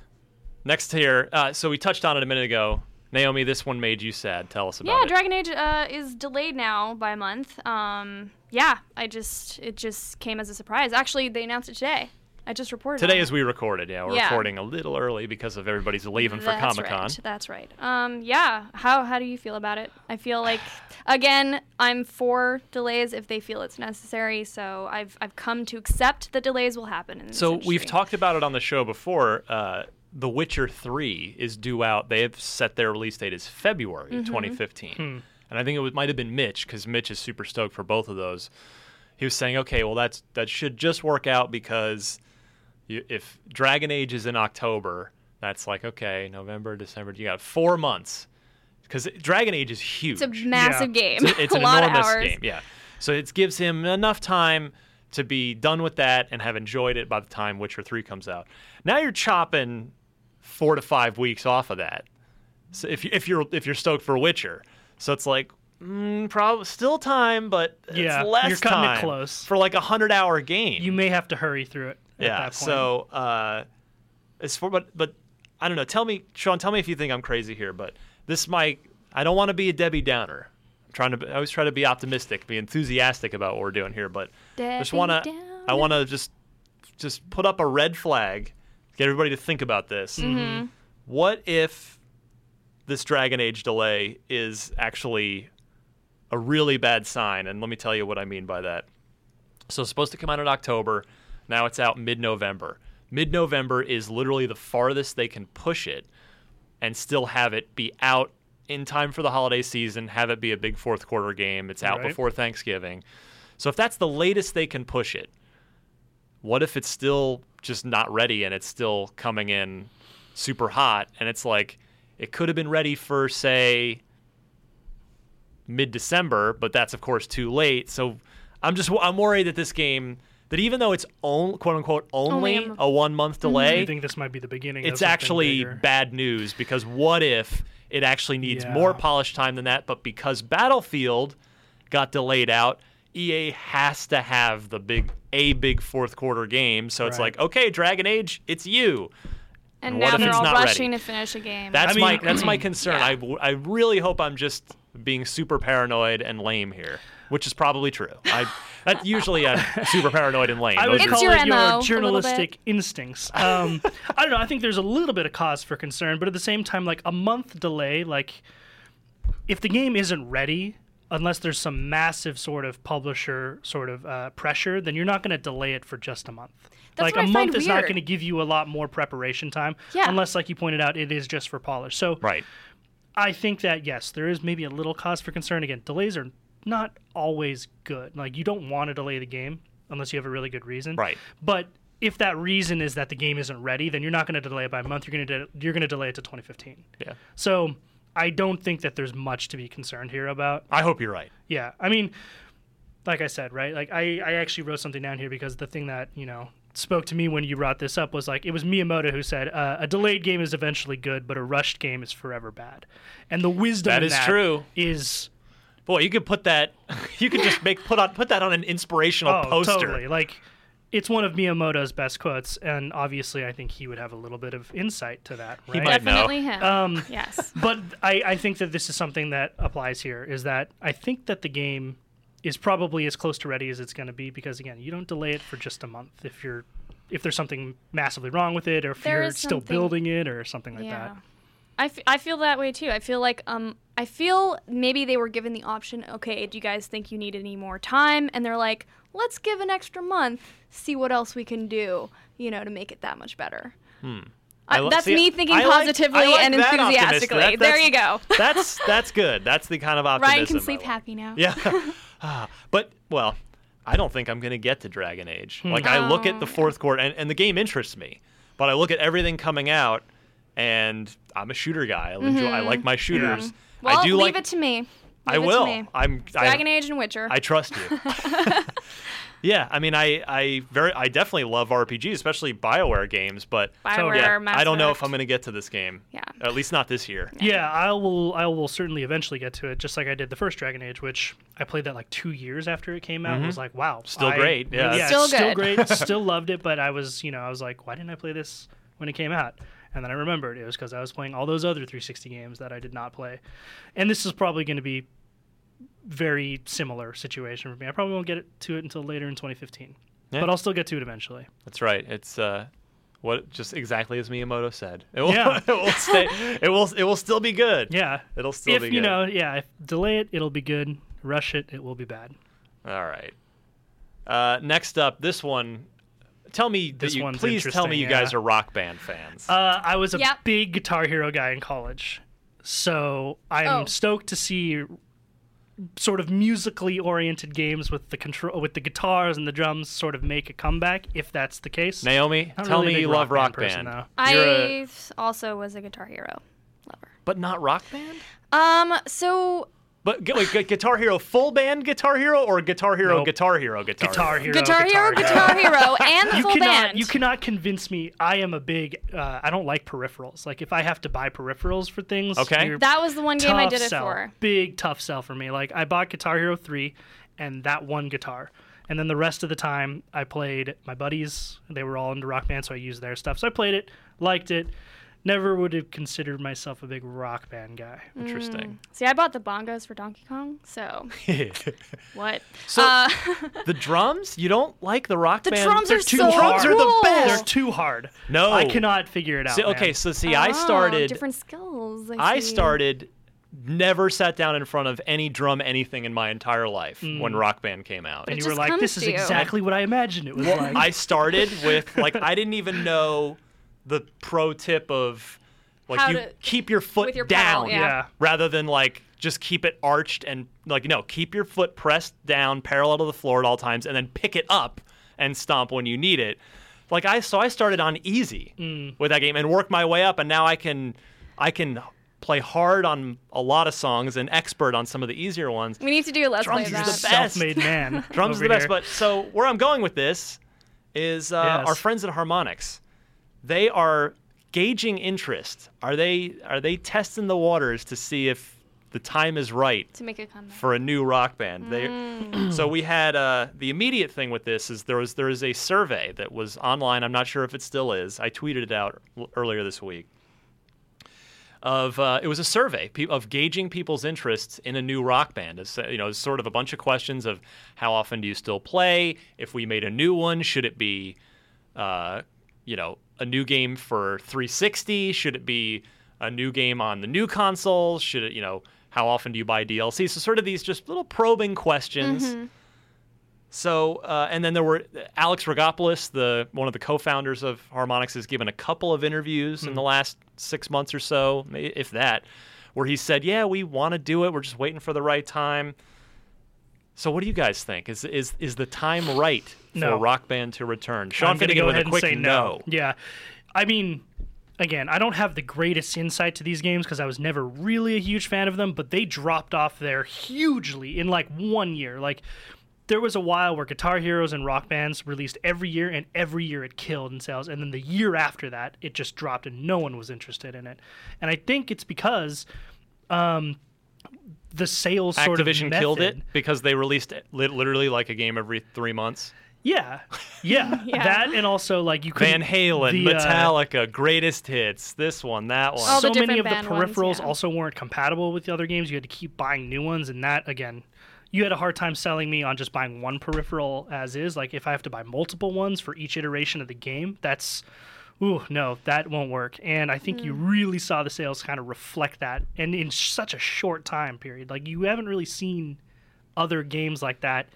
Speaker 3: Next here. Uh, so we touched on it a minute ago. Naomi, this one made you sad. Tell us about
Speaker 5: Yeah,
Speaker 3: it.
Speaker 5: Dragon Age uh, is delayed now by a month. Um, yeah, I just it just came as a surprise. Actually, they announced it today. I just reported
Speaker 3: Today,
Speaker 5: on
Speaker 3: as
Speaker 5: it.
Speaker 3: we recorded, yeah, we're
Speaker 5: Yeah.
Speaker 3: recording a little early because of everybody's leaving for
Speaker 5: That's
Speaker 3: Comic Con.
Speaker 5: Right. That's right. Um, yeah. How how do you feel about it? I feel like again, I'm for delays if they feel it's necessary. So I've I've come to accept that delays will happen. In this
Speaker 3: So we've
Speaker 5: industry.
Speaker 3: talked about it on the show before. Uh, the Witcher Three is due out. They have set their release date as February of
Speaker 5: Mm-hmm.
Speaker 3: 2015, and I think it was, might have been Mitch because Mitch is super stoked for both of those. He was saying, okay, well that's that should just work out because you, if Dragon Age is in October, that's like okay, November, December. You got four months because Dragon Age is huge.
Speaker 5: It's a massive game.
Speaker 3: It's, it's
Speaker 5: a
Speaker 3: an
Speaker 5: lot
Speaker 3: enormous
Speaker 5: of hours.
Speaker 3: game. Yeah. So it gives him enough time to be done with that and have enjoyed it by the time Witcher 3 comes out. Now you're chopping four to five weeks off of that. So if you, if you're if you're stoked for Witcher, so it's like mm, probably still time, but
Speaker 4: Yeah,
Speaker 3: it's less
Speaker 4: you're cutting it
Speaker 3: time
Speaker 4: close.
Speaker 3: for like a hundred hour game.
Speaker 4: You may have to hurry through it. at
Speaker 3: yeah.
Speaker 4: that point.
Speaker 3: So uh, it's for but but I don't know. Tell me, Sean. Tell me if you think I'm crazy here, but this might. I don't want to be a Debbie Downer. I'm trying to. be- I always try to be optimistic, be enthusiastic about what we're doing here, but just
Speaker 5: Debbie
Speaker 3: wanna. I
Speaker 5: Downer.
Speaker 3: want to just just put up a red flag, get everybody to think about this.
Speaker 5: Mm-hmm.
Speaker 3: What if this Dragon Age delay is actually a really bad sign? And let me tell you what I mean by that. So it's supposed to come out in October. Now it's out mid November. Mid November is literally the farthest they can push it and still have it be out in time for the holiday season, have it be a big fourth quarter game. It's out
Speaker 4: Right.
Speaker 3: before Thanksgiving. So if that's the latest they can push it, what if it's still just not ready and it's still coming in super hot and it's like it could have been ready for say mid December, but that's of course too late. So I'm just I'm worried that this game that even though it's on, quote unquote only,
Speaker 5: Only a m- Mm-hmm.
Speaker 3: a one month
Speaker 4: Do
Speaker 3: delay,
Speaker 4: you think this might be the beginning? of
Speaker 3: it's
Speaker 4: something
Speaker 3: actually
Speaker 4: bigger?
Speaker 3: bad news because what if it actually needs
Speaker 4: Yeah.
Speaker 3: more polish time than that? But because Battlefield got delayed out, EA has to have the big a big fourth quarter game. So it's
Speaker 4: Right.
Speaker 3: like, okay, Dragon Age, it's you.
Speaker 5: And
Speaker 3: What
Speaker 5: now
Speaker 3: if
Speaker 5: they're
Speaker 3: it's
Speaker 5: all
Speaker 3: not ready?
Speaker 5: rushing to finish a game.
Speaker 3: That's
Speaker 4: I mean-
Speaker 3: my that's my concern.
Speaker 5: Yeah.
Speaker 3: I w I I, really hope I'm just being super paranoid and lame here, which is probably true. I that usually I'm super paranoid and lame.
Speaker 4: I
Speaker 3: Those
Speaker 4: would
Speaker 3: are-
Speaker 4: call
Speaker 5: your
Speaker 4: it
Speaker 5: MO, a little
Speaker 4: your
Speaker 5: bit.
Speaker 4: journalistic instincts. Um, I don't know. I think there's a little bit of cause for concern, but at the same time, like a month delay, like if the game isn't ready, unless there's some massive sort of publisher sort of uh, pressure, then you're not going to delay it for just a month.
Speaker 5: That's
Speaker 4: like
Speaker 5: what
Speaker 4: a
Speaker 5: I find
Speaker 4: month is not
Speaker 5: weird.
Speaker 4: going to give you a lot more preparation time,
Speaker 5: Yeah.
Speaker 4: unless, like you pointed out, it is just for polish. So
Speaker 3: right.
Speaker 4: I think that yes, there is maybe a little cause for concern. Again, delays are not always good. Like you don't want to delay the game unless you have a really good reason.
Speaker 3: Right.
Speaker 4: But if that reason is that the game isn't ready, then you're not going to delay it by a month. You're going to de- you're going to delay it to 2015.
Speaker 3: Yeah.
Speaker 4: So I don't think that there's much to be concerned here about.
Speaker 3: I hope you're right.
Speaker 4: Yeah, I mean, like I said, right? Like I, I actually wrote something down here because the thing that you know spoke to me when you brought this up was like it was Miyamoto who said uh, a delayed game is eventually good, but a rushed game is forever bad. And the wisdom
Speaker 3: That
Speaker 4: in
Speaker 3: is true.
Speaker 4: Is
Speaker 3: Boy, you could put that you could just make put on put that on an inspirational
Speaker 4: oh
Speaker 3: poster.
Speaker 4: totally like it's one of Miyamoto's best quotes, and obviously, I think he would have a little bit of insight to that. Right?
Speaker 3: He might know.
Speaker 5: Definitely him.
Speaker 4: Um,
Speaker 5: yes.
Speaker 4: but I, I think that this is something that applies here is that I think that the game is probably as close to ready as it's going to be because again you don't delay it for just a month if you're if there's something massively wrong with it or if
Speaker 5: There
Speaker 4: you're
Speaker 5: is
Speaker 4: still
Speaker 5: something-
Speaker 4: building it or something like
Speaker 5: Yeah.
Speaker 4: that
Speaker 5: I, f- I feel that way too. I feel like um I feel maybe they were given the option, okay, do you guys think you need any more time? And they're like, let's give an extra month, see what else we can do, you know, to make it that much better.
Speaker 3: Hmm. I
Speaker 5: I-
Speaker 3: lo-
Speaker 5: Uh, that's
Speaker 3: see,
Speaker 5: me thinking
Speaker 3: I like-
Speaker 5: positively
Speaker 3: I like
Speaker 5: and
Speaker 3: that optimism.
Speaker 5: enthusiastically.
Speaker 3: That-
Speaker 5: there
Speaker 3: that's-
Speaker 5: you go.
Speaker 3: That's that's good. That's the kind of optimism.
Speaker 5: Ryan can
Speaker 3: I
Speaker 5: sleep
Speaker 3: like.
Speaker 5: happy now.
Speaker 3: Yeah. Ah, but well, I don't think I'm gonna get to Dragon Age.
Speaker 4: Hmm.
Speaker 3: Like I look
Speaker 5: Oh.
Speaker 3: at the fourth quarter and, and the game interests me, but I look at everything coming out and I'm a shooter guy. I enjoy I like my shooters.
Speaker 5: Mm-hmm. Well,
Speaker 3: I do
Speaker 5: leave
Speaker 3: like
Speaker 5: it to me. Leave
Speaker 3: I
Speaker 5: it to
Speaker 3: will.
Speaker 5: me.
Speaker 3: I'm
Speaker 5: Dragon
Speaker 3: I,
Speaker 5: Age and Witcher.
Speaker 3: I trust you. yeah, I mean I, I very I definitely love RPGs, especially BioWare games, but
Speaker 5: Bioware,
Speaker 3: yeah,
Speaker 5: Mass
Speaker 3: I don't know if
Speaker 5: Effect.
Speaker 3: I'm going to get to this game.
Speaker 5: Yeah.
Speaker 3: At least not this year.
Speaker 4: yeah i will i will certainly eventually get to it just like i did the first dragon age which i played that like two years after it came out and was like wow
Speaker 3: Mm-hmm. Still
Speaker 4: I-
Speaker 3: great, yeah.
Speaker 4: yeah
Speaker 5: Still
Speaker 4: still
Speaker 5: good.
Speaker 4: great still loved it but i was you know i was like why didn't i play this when it came out and then i remembered it was because i was playing all those other 360 games that i did not play and this is probably going to be very similar situation for me i probably won't get it- to it until later in 2015
Speaker 3: Yeah.
Speaker 4: but i'll still get to it eventually
Speaker 3: That's right. It's uh, what just exactly as Miyamoto said. It will,
Speaker 4: Yeah.
Speaker 3: it will stay. It will. It will still be good.
Speaker 4: yeah
Speaker 3: It'll still
Speaker 4: if
Speaker 3: be
Speaker 4: you
Speaker 3: good.
Speaker 4: know yeah if delay it it'll be good rush it it will be bad
Speaker 3: All right. Uh, next up, this one. Tell me that
Speaker 4: This
Speaker 3: you.
Speaker 4: one's
Speaker 3: Please tell me
Speaker 4: interesting,
Speaker 3: you guys
Speaker 4: yeah.
Speaker 3: are rock band fans.
Speaker 4: Uh, I was a
Speaker 5: Yep.
Speaker 4: big Guitar Hero guy in college, so I'm
Speaker 5: Oh.
Speaker 4: stoked to see sort of musically oriented games with the control with the guitars and the drums sort of make a comeback if that's the case.
Speaker 3: Naomi,
Speaker 4: not
Speaker 3: tell
Speaker 4: really
Speaker 3: me
Speaker 4: a
Speaker 3: you
Speaker 4: big
Speaker 3: love
Speaker 4: Rock
Speaker 3: Rock Band,
Speaker 4: Band person,
Speaker 5: I
Speaker 3: You're a-
Speaker 5: also was a Guitar Hero lover.
Speaker 3: but not Rock Band.
Speaker 5: Um, so
Speaker 3: But gu- wait, gu- Guitar Hero full band Guitar Hero or Guitar Hero
Speaker 4: Nope.
Speaker 3: Guitar Hero Guitar,
Speaker 4: Guitar
Speaker 3: Hero?
Speaker 4: Hero,
Speaker 5: Guitar Hero, Guitar Hero, and the
Speaker 4: You
Speaker 5: full
Speaker 4: cannot,
Speaker 5: band.
Speaker 4: you cannot convince me. I am a big. Uh, I don't like peripherals. Like if I have to buy peripherals for things,
Speaker 3: Okay.
Speaker 4: you're-
Speaker 5: that was the one game I
Speaker 4: tough
Speaker 5: did it
Speaker 4: sell.
Speaker 5: for.
Speaker 4: Big tough sell for me. Like I bought Guitar Hero 3 and that one guitar. And then the rest of the time I played my buddies. They were all into rock band, so I used their stuff. So I played it, liked it. Never would have considered myself a big rock band guy.
Speaker 3: Interesting.
Speaker 5: See, I bought the bongos for Donkey Kong, so what?
Speaker 3: so
Speaker 5: Uh,
Speaker 3: the drums, you don't like the rock
Speaker 5: The
Speaker 3: band?
Speaker 5: drums
Speaker 3: They're
Speaker 5: are
Speaker 3: too
Speaker 5: so
Speaker 3: drums are the
Speaker 5: cool.
Speaker 3: best.
Speaker 4: They're too hard.
Speaker 3: No.
Speaker 4: I cannot figure it out.
Speaker 3: So, okay,
Speaker 4: man.
Speaker 3: so see, I
Speaker 5: Oh,
Speaker 3: started
Speaker 5: different skills. I,
Speaker 3: I
Speaker 5: see.
Speaker 3: started never sat down in front of any drum anything in my entire life when Rock Band came out.
Speaker 4: and
Speaker 5: it
Speaker 4: you were
Speaker 5: just
Speaker 4: like,
Speaker 5: comes
Speaker 4: this is
Speaker 5: to you.
Speaker 4: exactly what I imagined it was like.
Speaker 3: I started with like I didn't even know the pro tip of like
Speaker 5: How
Speaker 3: you
Speaker 5: to-
Speaker 3: keep your foot
Speaker 5: with your
Speaker 3: down
Speaker 5: pedal, yeah.
Speaker 4: Yeah.
Speaker 3: rather than like just keep it arched and like no, keep your foot pressed down parallel to the floor at all times and then pick it up and stomp when you need it. Like I so I started on easy with that game and worked my way up and now I can I can play hard on a lot of songs and expert on some of the easier ones.
Speaker 5: We need to do a let's play
Speaker 3: Drums
Speaker 5: of
Speaker 3: is
Speaker 5: that.
Speaker 3: the best.
Speaker 4: Self-made man.
Speaker 3: Drums is
Speaker 4: over
Speaker 3: the best,
Speaker 4: here.
Speaker 3: but so where I'm going with this is uh,
Speaker 4: Yes.
Speaker 3: our friends at Harmonix. They are gauging interest. Are they are they testing the waters to see if the time is right
Speaker 5: to make a comeback.
Speaker 3: for a new rock band? They, so we had uh, the immediate thing with this is there was there is a survey that was online. I'm not sure if it still is. I tweeted it out l- earlier this week. Of uh, it was a survey pe- of gauging people's interests in a new rock band. It's, uh, you know, it's sort of a bunch of questions of how often do you still play? If we made a new one, should it be, uh, you know, a new game for 360? Should it be a new game on the new console? Should it, you know, how often do you buy DLC? So sort of these just little probing questions. So, uh, and then there were Alex Rogopoulos, the one of the co-founders of Harmonix, has given a couple of interviews in the last six months or so, may- if that, where he said, "Yeah, we want to do it. We're just waiting for the right time." So, what do you guys think? Is is is the time right for
Speaker 4: No.
Speaker 3: Rock Band to return? Sean
Speaker 4: I'm gonna
Speaker 3: Finnegan
Speaker 4: go
Speaker 3: with
Speaker 4: ahead
Speaker 3: a
Speaker 4: and
Speaker 3: quick
Speaker 4: say
Speaker 3: no.
Speaker 4: Yeah, I mean, again, I don't have the greatest insight to these games because I was never really a huge fan of them, but they dropped off there hugely in like one year. Like there was a while where Guitar Heroes and Rock Bands released every year, and every year it killed in sales, and then the year after that, it just dropped, and no one was interested in it. And I think it's because. Um, the sales sort of
Speaker 3: Activision killed it
Speaker 4: method-
Speaker 3: because they released it lit- literally like a game every three months.
Speaker 4: Yeah, yeah,
Speaker 5: Yeah.
Speaker 4: that and also like you could
Speaker 3: Van Halen,
Speaker 4: the, uh,
Speaker 3: Metallica, greatest hits, this one, that one.
Speaker 5: All
Speaker 4: so
Speaker 5: the
Speaker 4: many
Speaker 5: different
Speaker 4: of the
Speaker 5: band ones,
Speaker 4: peripherals
Speaker 5: yeah.
Speaker 4: also weren't compatible with the other games. You had to keep buying new ones, and that again, you had a hard time selling me on just buying one peripheral as is. Like if I have to buy multiple ones for each iteration of the game, that's ooh no, that won't work. And I think
Speaker 5: Mm.
Speaker 4: you really saw the sales kind of reflect that, and in such a short time period. Like you haven't really seen other games like that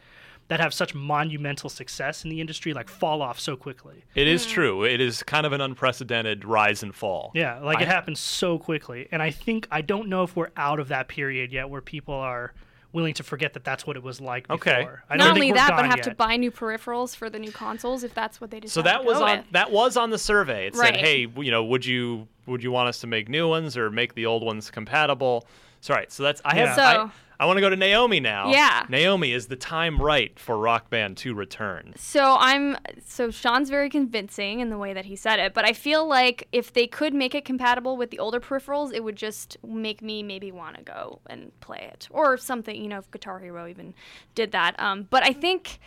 Speaker 4: that have such monumental success in the industry like fall off so quickly.
Speaker 3: It is true. It is kind of an unprecedented rise and fall.
Speaker 4: Yeah, like
Speaker 3: I-
Speaker 4: it happens so quickly, and I think I don't know if we're out of that period yet, where people are willing to forget that that's what it was like.
Speaker 3: Okay.
Speaker 4: Before. I don't
Speaker 5: Not
Speaker 4: think
Speaker 5: only
Speaker 4: we're
Speaker 5: that, but
Speaker 4: gone
Speaker 5: have to
Speaker 4: yet.
Speaker 5: buy new peripherals for the new consoles if that's what they decide.
Speaker 3: So that
Speaker 5: to
Speaker 3: was
Speaker 5: Oh, go
Speaker 3: on
Speaker 5: with.
Speaker 3: that was on the survey. It said,
Speaker 5: Right.
Speaker 3: "Hey, w- you know, would you would you want us to make new ones or make the old ones compatible?" So right. So that's I have
Speaker 5: Yeah.
Speaker 3: I-
Speaker 5: So-
Speaker 3: I, want to go to Naomi now.
Speaker 5: Yeah.
Speaker 3: Naomi is the time right for Rock Band to return.
Speaker 5: So I'm so Sean's very convincing in the way that he said it, but I feel like if they could make it compatible with the older peripherals, it would just make me maybe want to go and play it or something. You know, if Guitar Hero even did that. Um, but I think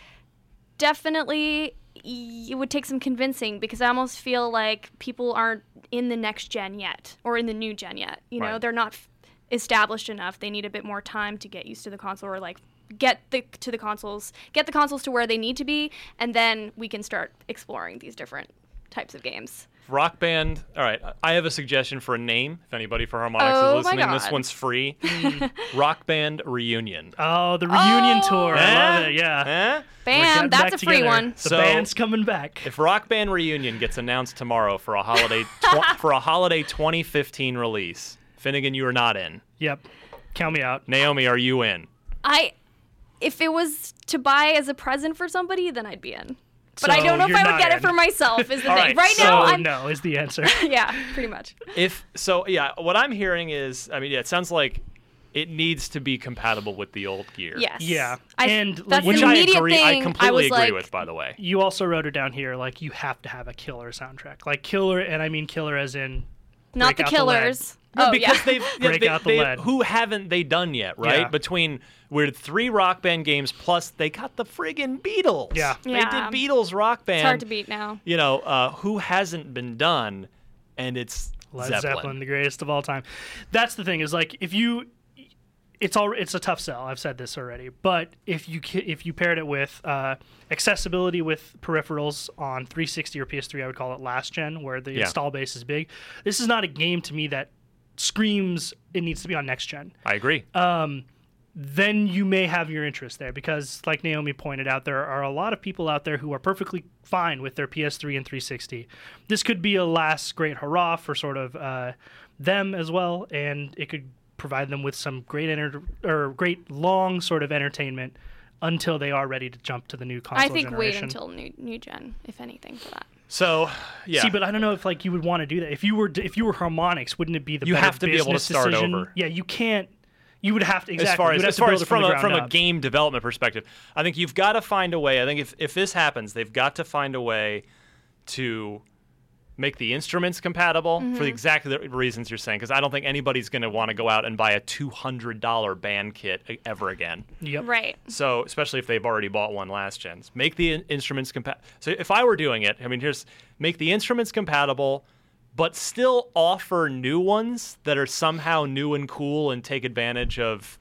Speaker 5: definitely y- it would take some convincing because I almost feel like people aren't in the next gen yet or in the new gen yet. You know,
Speaker 3: Right.
Speaker 5: they're not f- established enough. They need a bit more time to get used to the console or like get the to the consoles, get the consoles to where they need to be, and then we can start exploring these different types of games.
Speaker 3: Rock Band. All right. I have a suggestion for a name. If anybody for Harmonix
Speaker 5: Oh my
Speaker 3: is listening, this
Speaker 5: God.
Speaker 3: one's free. Rock Band reunion.
Speaker 4: Oh, the reunion tour! I love
Speaker 3: Eh?
Speaker 4: it. Yeah,
Speaker 3: Eh?
Speaker 4: We're
Speaker 5: Bam,
Speaker 4: getting
Speaker 5: that's
Speaker 4: back
Speaker 5: a free
Speaker 4: together.
Speaker 5: one.
Speaker 4: The
Speaker 3: So-
Speaker 4: band's coming back.
Speaker 3: If Rock Band Reunion gets announced tomorrow for a holiday tw- for a holiday 2015 release, Finnegan, you are not in.
Speaker 4: Yep, count me out.
Speaker 3: Naomi, are you in?
Speaker 5: I if it was to buy as a present for somebody, then I'd be in. But I
Speaker 4: So
Speaker 5: don't know if
Speaker 4: you're
Speaker 5: I would
Speaker 4: not
Speaker 5: get
Speaker 4: in.
Speaker 5: it for myself is the thing.
Speaker 3: All
Speaker 5: Right,
Speaker 3: right,
Speaker 4: so
Speaker 5: now I'm
Speaker 4: no is the answer.
Speaker 5: yeah, pretty much.
Speaker 3: If so, yeah. What I'm hearing is, I mean, yeah, it sounds like it needs to be compatible with the old gear.
Speaker 5: Yes.
Speaker 4: Yeah,
Speaker 5: I,
Speaker 4: and, like,
Speaker 5: that's
Speaker 3: which
Speaker 5: the
Speaker 3: I
Speaker 5: immediate
Speaker 3: agree.
Speaker 5: thing.
Speaker 3: I completely
Speaker 5: was
Speaker 3: agree
Speaker 5: like,
Speaker 3: with, by the way.
Speaker 4: you also wrote it down here. Like you have to have a killer soundtrack. Like killer, and I mean killer as in
Speaker 5: Not the
Speaker 4: Break out the lead.
Speaker 5: killers. oh
Speaker 3: because
Speaker 5: yeah.
Speaker 3: they've yeah,
Speaker 4: Break
Speaker 3: they-
Speaker 4: out the
Speaker 3: they-
Speaker 4: lead.
Speaker 3: Who haven't they done yet? Right
Speaker 4: Yeah.
Speaker 3: between we're three rock band games plus they got the friggin' Beatles.
Speaker 4: Yeah.
Speaker 3: they
Speaker 5: Yeah.
Speaker 3: did Beatles rock band.
Speaker 5: it's hard to beat now.
Speaker 3: you know, uh, who hasn't been done, and it's
Speaker 4: Led
Speaker 3: Zeppelin.
Speaker 4: Zeppelin. the greatest of all time. That's the thing is like if you, it's all it's a tough sell. I've said this already, but if you ki- if you paired it with uh, accessibility with peripherals on 360 or PS3, I would call it last gen, where the
Speaker 3: Yeah.
Speaker 4: install base is big. This is not a game to me that screams it needs to be on next gen
Speaker 3: I agree.
Speaker 4: Uh, then you may have your interest there because, like Naomi pointed out, there are a lot of people out there who are perfectly fine with their PS3 and 360. This could be a last great hurrah for sort of uh, them as well, and it could provide them with some great enter- or great long sort of entertainment until they are ready to jump to the new console
Speaker 5: I think
Speaker 4: generation.
Speaker 5: wait until new new gen, if anything, for that.
Speaker 3: so, yeah.
Speaker 4: See, but I don't know if like you would want to do that. If you were if you were harmonics, wouldn't it be the
Speaker 3: You
Speaker 4: better
Speaker 3: have to be able to
Speaker 4: business
Speaker 3: start
Speaker 4: decision?
Speaker 3: over.
Speaker 4: Yeah, you can't. You would have to exactly.
Speaker 3: as far
Speaker 4: you
Speaker 3: as,
Speaker 4: would have
Speaker 3: as
Speaker 4: to
Speaker 3: far
Speaker 4: build
Speaker 3: as
Speaker 4: it from,
Speaker 3: from,
Speaker 4: the
Speaker 3: a, from
Speaker 4: ground
Speaker 3: a
Speaker 4: up.
Speaker 3: game development perspective, I think you've got to find a way. I think if, if this happens, they've got to find a way to make the instruments compatible
Speaker 4: Mm-hmm.
Speaker 3: for the exact the reasons you're saying. Because I don't think anybody's going to want to go out and buy a $200 band kit e- ever again.
Speaker 4: Yep.
Speaker 5: Right.
Speaker 3: So, especially if they've already bought one last gens, make the in- instruments compatible. So, if I were doing it, I mean, here's make the instruments compatible, but still offer new ones that are somehow new and cool and take advantage of,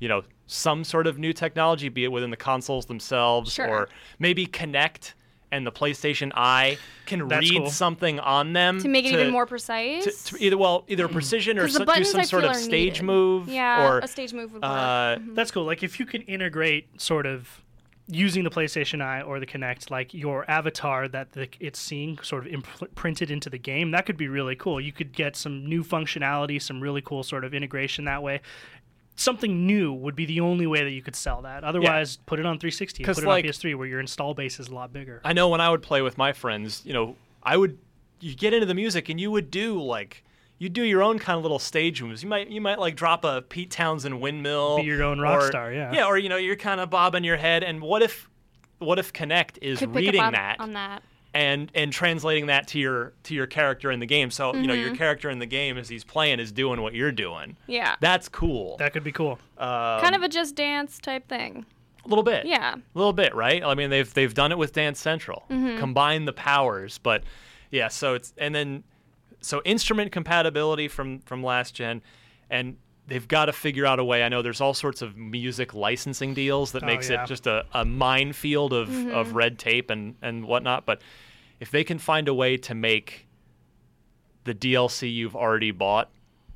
Speaker 3: you know, some sort of new technology, be it within the consoles themselves
Speaker 5: Sure.
Speaker 3: or maybe connect and the PlayStation Eye can
Speaker 4: That's
Speaker 3: read
Speaker 4: cool.
Speaker 3: something on them
Speaker 5: To make it even more precise.
Speaker 3: to, to either well either precision or
Speaker 5: 'Cause the
Speaker 3: some, do
Speaker 5: buttons,
Speaker 3: some
Speaker 5: I
Speaker 3: sort
Speaker 5: feel,
Speaker 3: of
Speaker 5: are
Speaker 3: stage
Speaker 5: needed.
Speaker 3: move
Speaker 5: yeah,
Speaker 3: or
Speaker 5: a stage move would work.
Speaker 3: uh,
Speaker 5: Mm-hmm.
Speaker 4: That's cool. Like if you can integrate sort of using the PlayStation Eye or the Kinect, like your avatar that the, it's seeing sort of imprinted into the game, that could be really cool. You could get some new functionality, some really cool sort of integration that way. Something new would be the only way that you could sell that. Otherwise, put it on 360,
Speaker 3: 'Cause,
Speaker 4: put it
Speaker 3: like-
Speaker 4: on PS3, where your install base is a lot bigger.
Speaker 3: I know when I would play with my friends, you know, I would you get into the music and you would do like you do your own kind of little stage moves. You might you might like drop a Pete Townsend windmill,
Speaker 4: Be your own rock
Speaker 3: or-
Speaker 4: star, yeah.
Speaker 3: yeah, or you know you're kind of bobbing your head. And what if what if Connect is
Speaker 5: Could pick
Speaker 3: reading
Speaker 5: up on
Speaker 3: that,
Speaker 5: on that.
Speaker 3: and and translating that to your to your character in the game? So you know your character in the game as he's playing is doing what you're doing.
Speaker 5: Mm-hmm. Yeah.
Speaker 3: That's cool.
Speaker 4: That could be cool.
Speaker 5: kind of a just dance type thing.
Speaker 3: A little bit.
Speaker 5: Yeah.
Speaker 3: A little bit, right? I mean, they've they've done it with Dance Central. Combine the powers, but yeah, so it's and then so instrument compatibility from from last gen and they've got to figure out a way. I know there's all sorts of music licensing deals that
Speaker 4: Oh,
Speaker 3: makes
Speaker 4: yeah.
Speaker 3: it just a, a minefield of of red tape and and whatnot, but if they can find a way to make the DLC you've already bought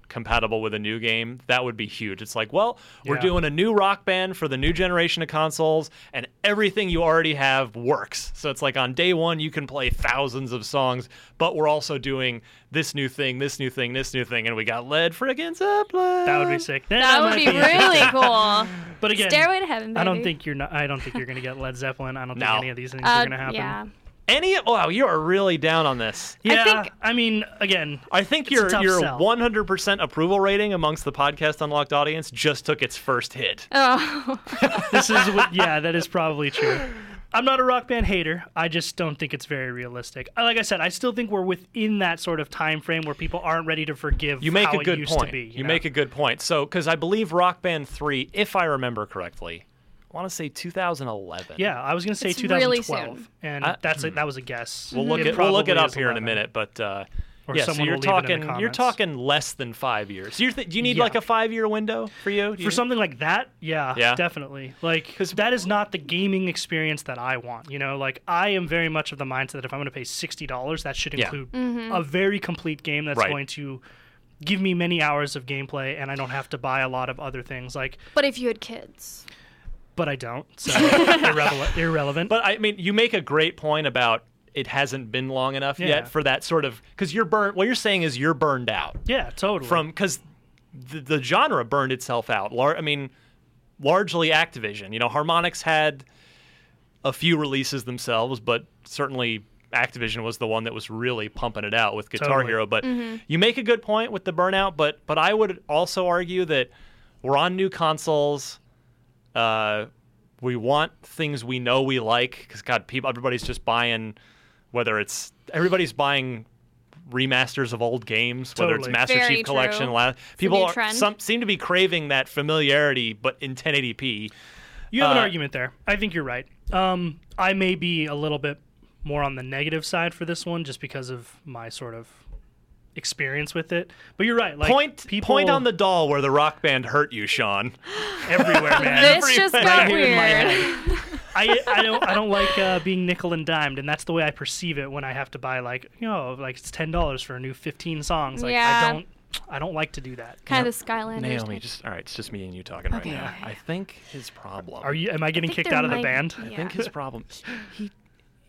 Speaker 3: compatible with a new game, that would be huge. It's like, well, we're
Speaker 4: Yeah.
Speaker 3: doing a new rock band for the new generation of consoles, and everything you already have works. So it's like on day one, you can play thousands of songs, but we're also doing this new thing, this new thing, this new thing, and we got Led Friggin' Zeppelin.
Speaker 4: That would be sick. Then
Speaker 5: Uh, That
Speaker 4: might
Speaker 5: would be
Speaker 4: interesting.
Speaker 5: really cool.
Speaker 4: But again,
Speaker 5: Stairway to Heaven. Baby.
Speaker 4: I don't think you're not. I don't think you're gonna get Led Zeppelin. I don't think
Speaker 3: No.
Speaker 4: any of these things
Speaker 5: Uh,
Speaker 4: are gonna happen.
Speaker 5: Yeah.
Speaker 3: Any? Wow, you are really down on this.
Speaker 4: Yeah, I,
Speaker 5: think-
Speaker 4: mean, again,
Speaker 3: I think
Speaker 4: It's a
Speaker 3: your
Speaker 4: tough
Speaker 3: your
Speaker 4: sell.
Speaker 3: 100% approval rating amongst the podcast unlocked audience just took its first hit.
Speaker 5: Oh.
Speaker 4: this is what, yeah, that is probably true. I'm not a rock band hater. I just don't think it's very realistic. Uh, Like I said, I still think we're within that sort of time frame where people aren't ready to forgive
Speaker 3: you make
Speaker 4: how
Speaker 3: a good
Speaker 4: it used
Speaker 3: point.
Speaker 4: to be.
Speaker 3: you make a good point. So, because I believe Rock Band Three, if I remember correctly, I want to say 2011.
Speaker 4: yeah. I was gonna say
Speaker 5: It's really
Speaker 4: 2012,
Speaker 5: soon.
Speaker 4: and
Speaker 3: I- Hmm.
Speaker 4: that's a, that was a guess.
Speaker 3: we'll look it, we'll look it up here in a minute. But uh,
Speaker 4: Or
Speaker 3: yeah, so
Speaker 4: someone
Speaker 3: you're
Speaker 4: will leave it in the
Speaker 3: talking you're
Speaker 4: comments.
Speaker 3: talking less than five years. So you're th- do you need
Speaker 4: Yeah.
Speaker 3: like a five year window for you? Do you
Speaker 4: For something like that, yeah,
Speaker 3: Yeah.
Speaker 4: definitely. Like, because that is not the gaming experience that I want. You know, like I am very much of the mindset that if I'm going to pay sixty dollars, that should
Speaker 3: Yeah.
Speaker 4: include a very complete game that's
Speaker 3: Right.
Speaker 4: going to give me many hours of gameplay, and I don't have to buy a lot of other things. Like,
Speaker 5: But if you had kids.
Speaker 4: but I don't, so irrele- irrelevant.
Speaker 3: But I mean, you make a great point about it hasn't been long enough
Speaker 4: Yeah.
Speaker 3: yet for that sort of because you're burnt. What you're saying is you're burned out.
Speaker 4: yeah, totally.
Speaker 3: from because the, the genre burned itself out. Lar- I mean, largely Activision. You know, Harmonix had a few releases themselves, but certainly Activision was the one that was really pumping it out with Guitar
Speaker 4: Totally.
Speaker 3: Hero. But you make a good point with the burnout. But but I would also argue that we're on new consoles. Uh, we want things we know we like because God, people, everybody's just buying. Whether it's everybody's buying remasters of old games, whether it's
Speaker 4: Totally.
Speaker 3: Master
Speaker 5: Very
Speaker 3: Chief Collection,
Speaker 5: true.
Speaker 3: la- people
Speaker 5: new
Speaker 3: are-
Speaker 5: trend.
Speaker 3: some seem to be craving that familiarity, but in 1080p.
Speaker 4: You have an
Speaker 3: Uh,
Speaker 4: argument there. I think you're right. Um, I may be a little bit more on the negative side for this one, just because of my sort of experience with it. But you're right. Like
Speaker 3: Point-
Speaker 4: people
Speaker 3: point on the doll where the rock band hurt you, Sean.
Speaker 4: everywhere, man.
Speaker 5: This just
Speaker 3: Right
Speaker 5: got
Speaker 4: here in my
Speaker 5: weird.
Speaker 4: I, I don't I don't like uh, being nickel and dimed, and that's the way I perceive it when I have to buy like you know like it's ten dollars for a new fifteen songs. Like
Speaker 5: Yeah.
Speaker 4: I don't I don't like to do that.
Speaker 5: Kind of the Skylanders.
Speaker 3: Naomi,
Speaker 5: type.
Speaker 3: just all right. It's just me and you talking
Speaker 5: Okay.
Speaker 3: right now. I think his problem.
Speaker 4: Are you? Am I getting
Speaker 5: think
Speaker 4: kicked
Speaker 5: there
Speaker 4: out of the
Speaker 5: might-
Speaker 4: band?
Speaker 5: yeah.
Speaker 3: I think his problem. He,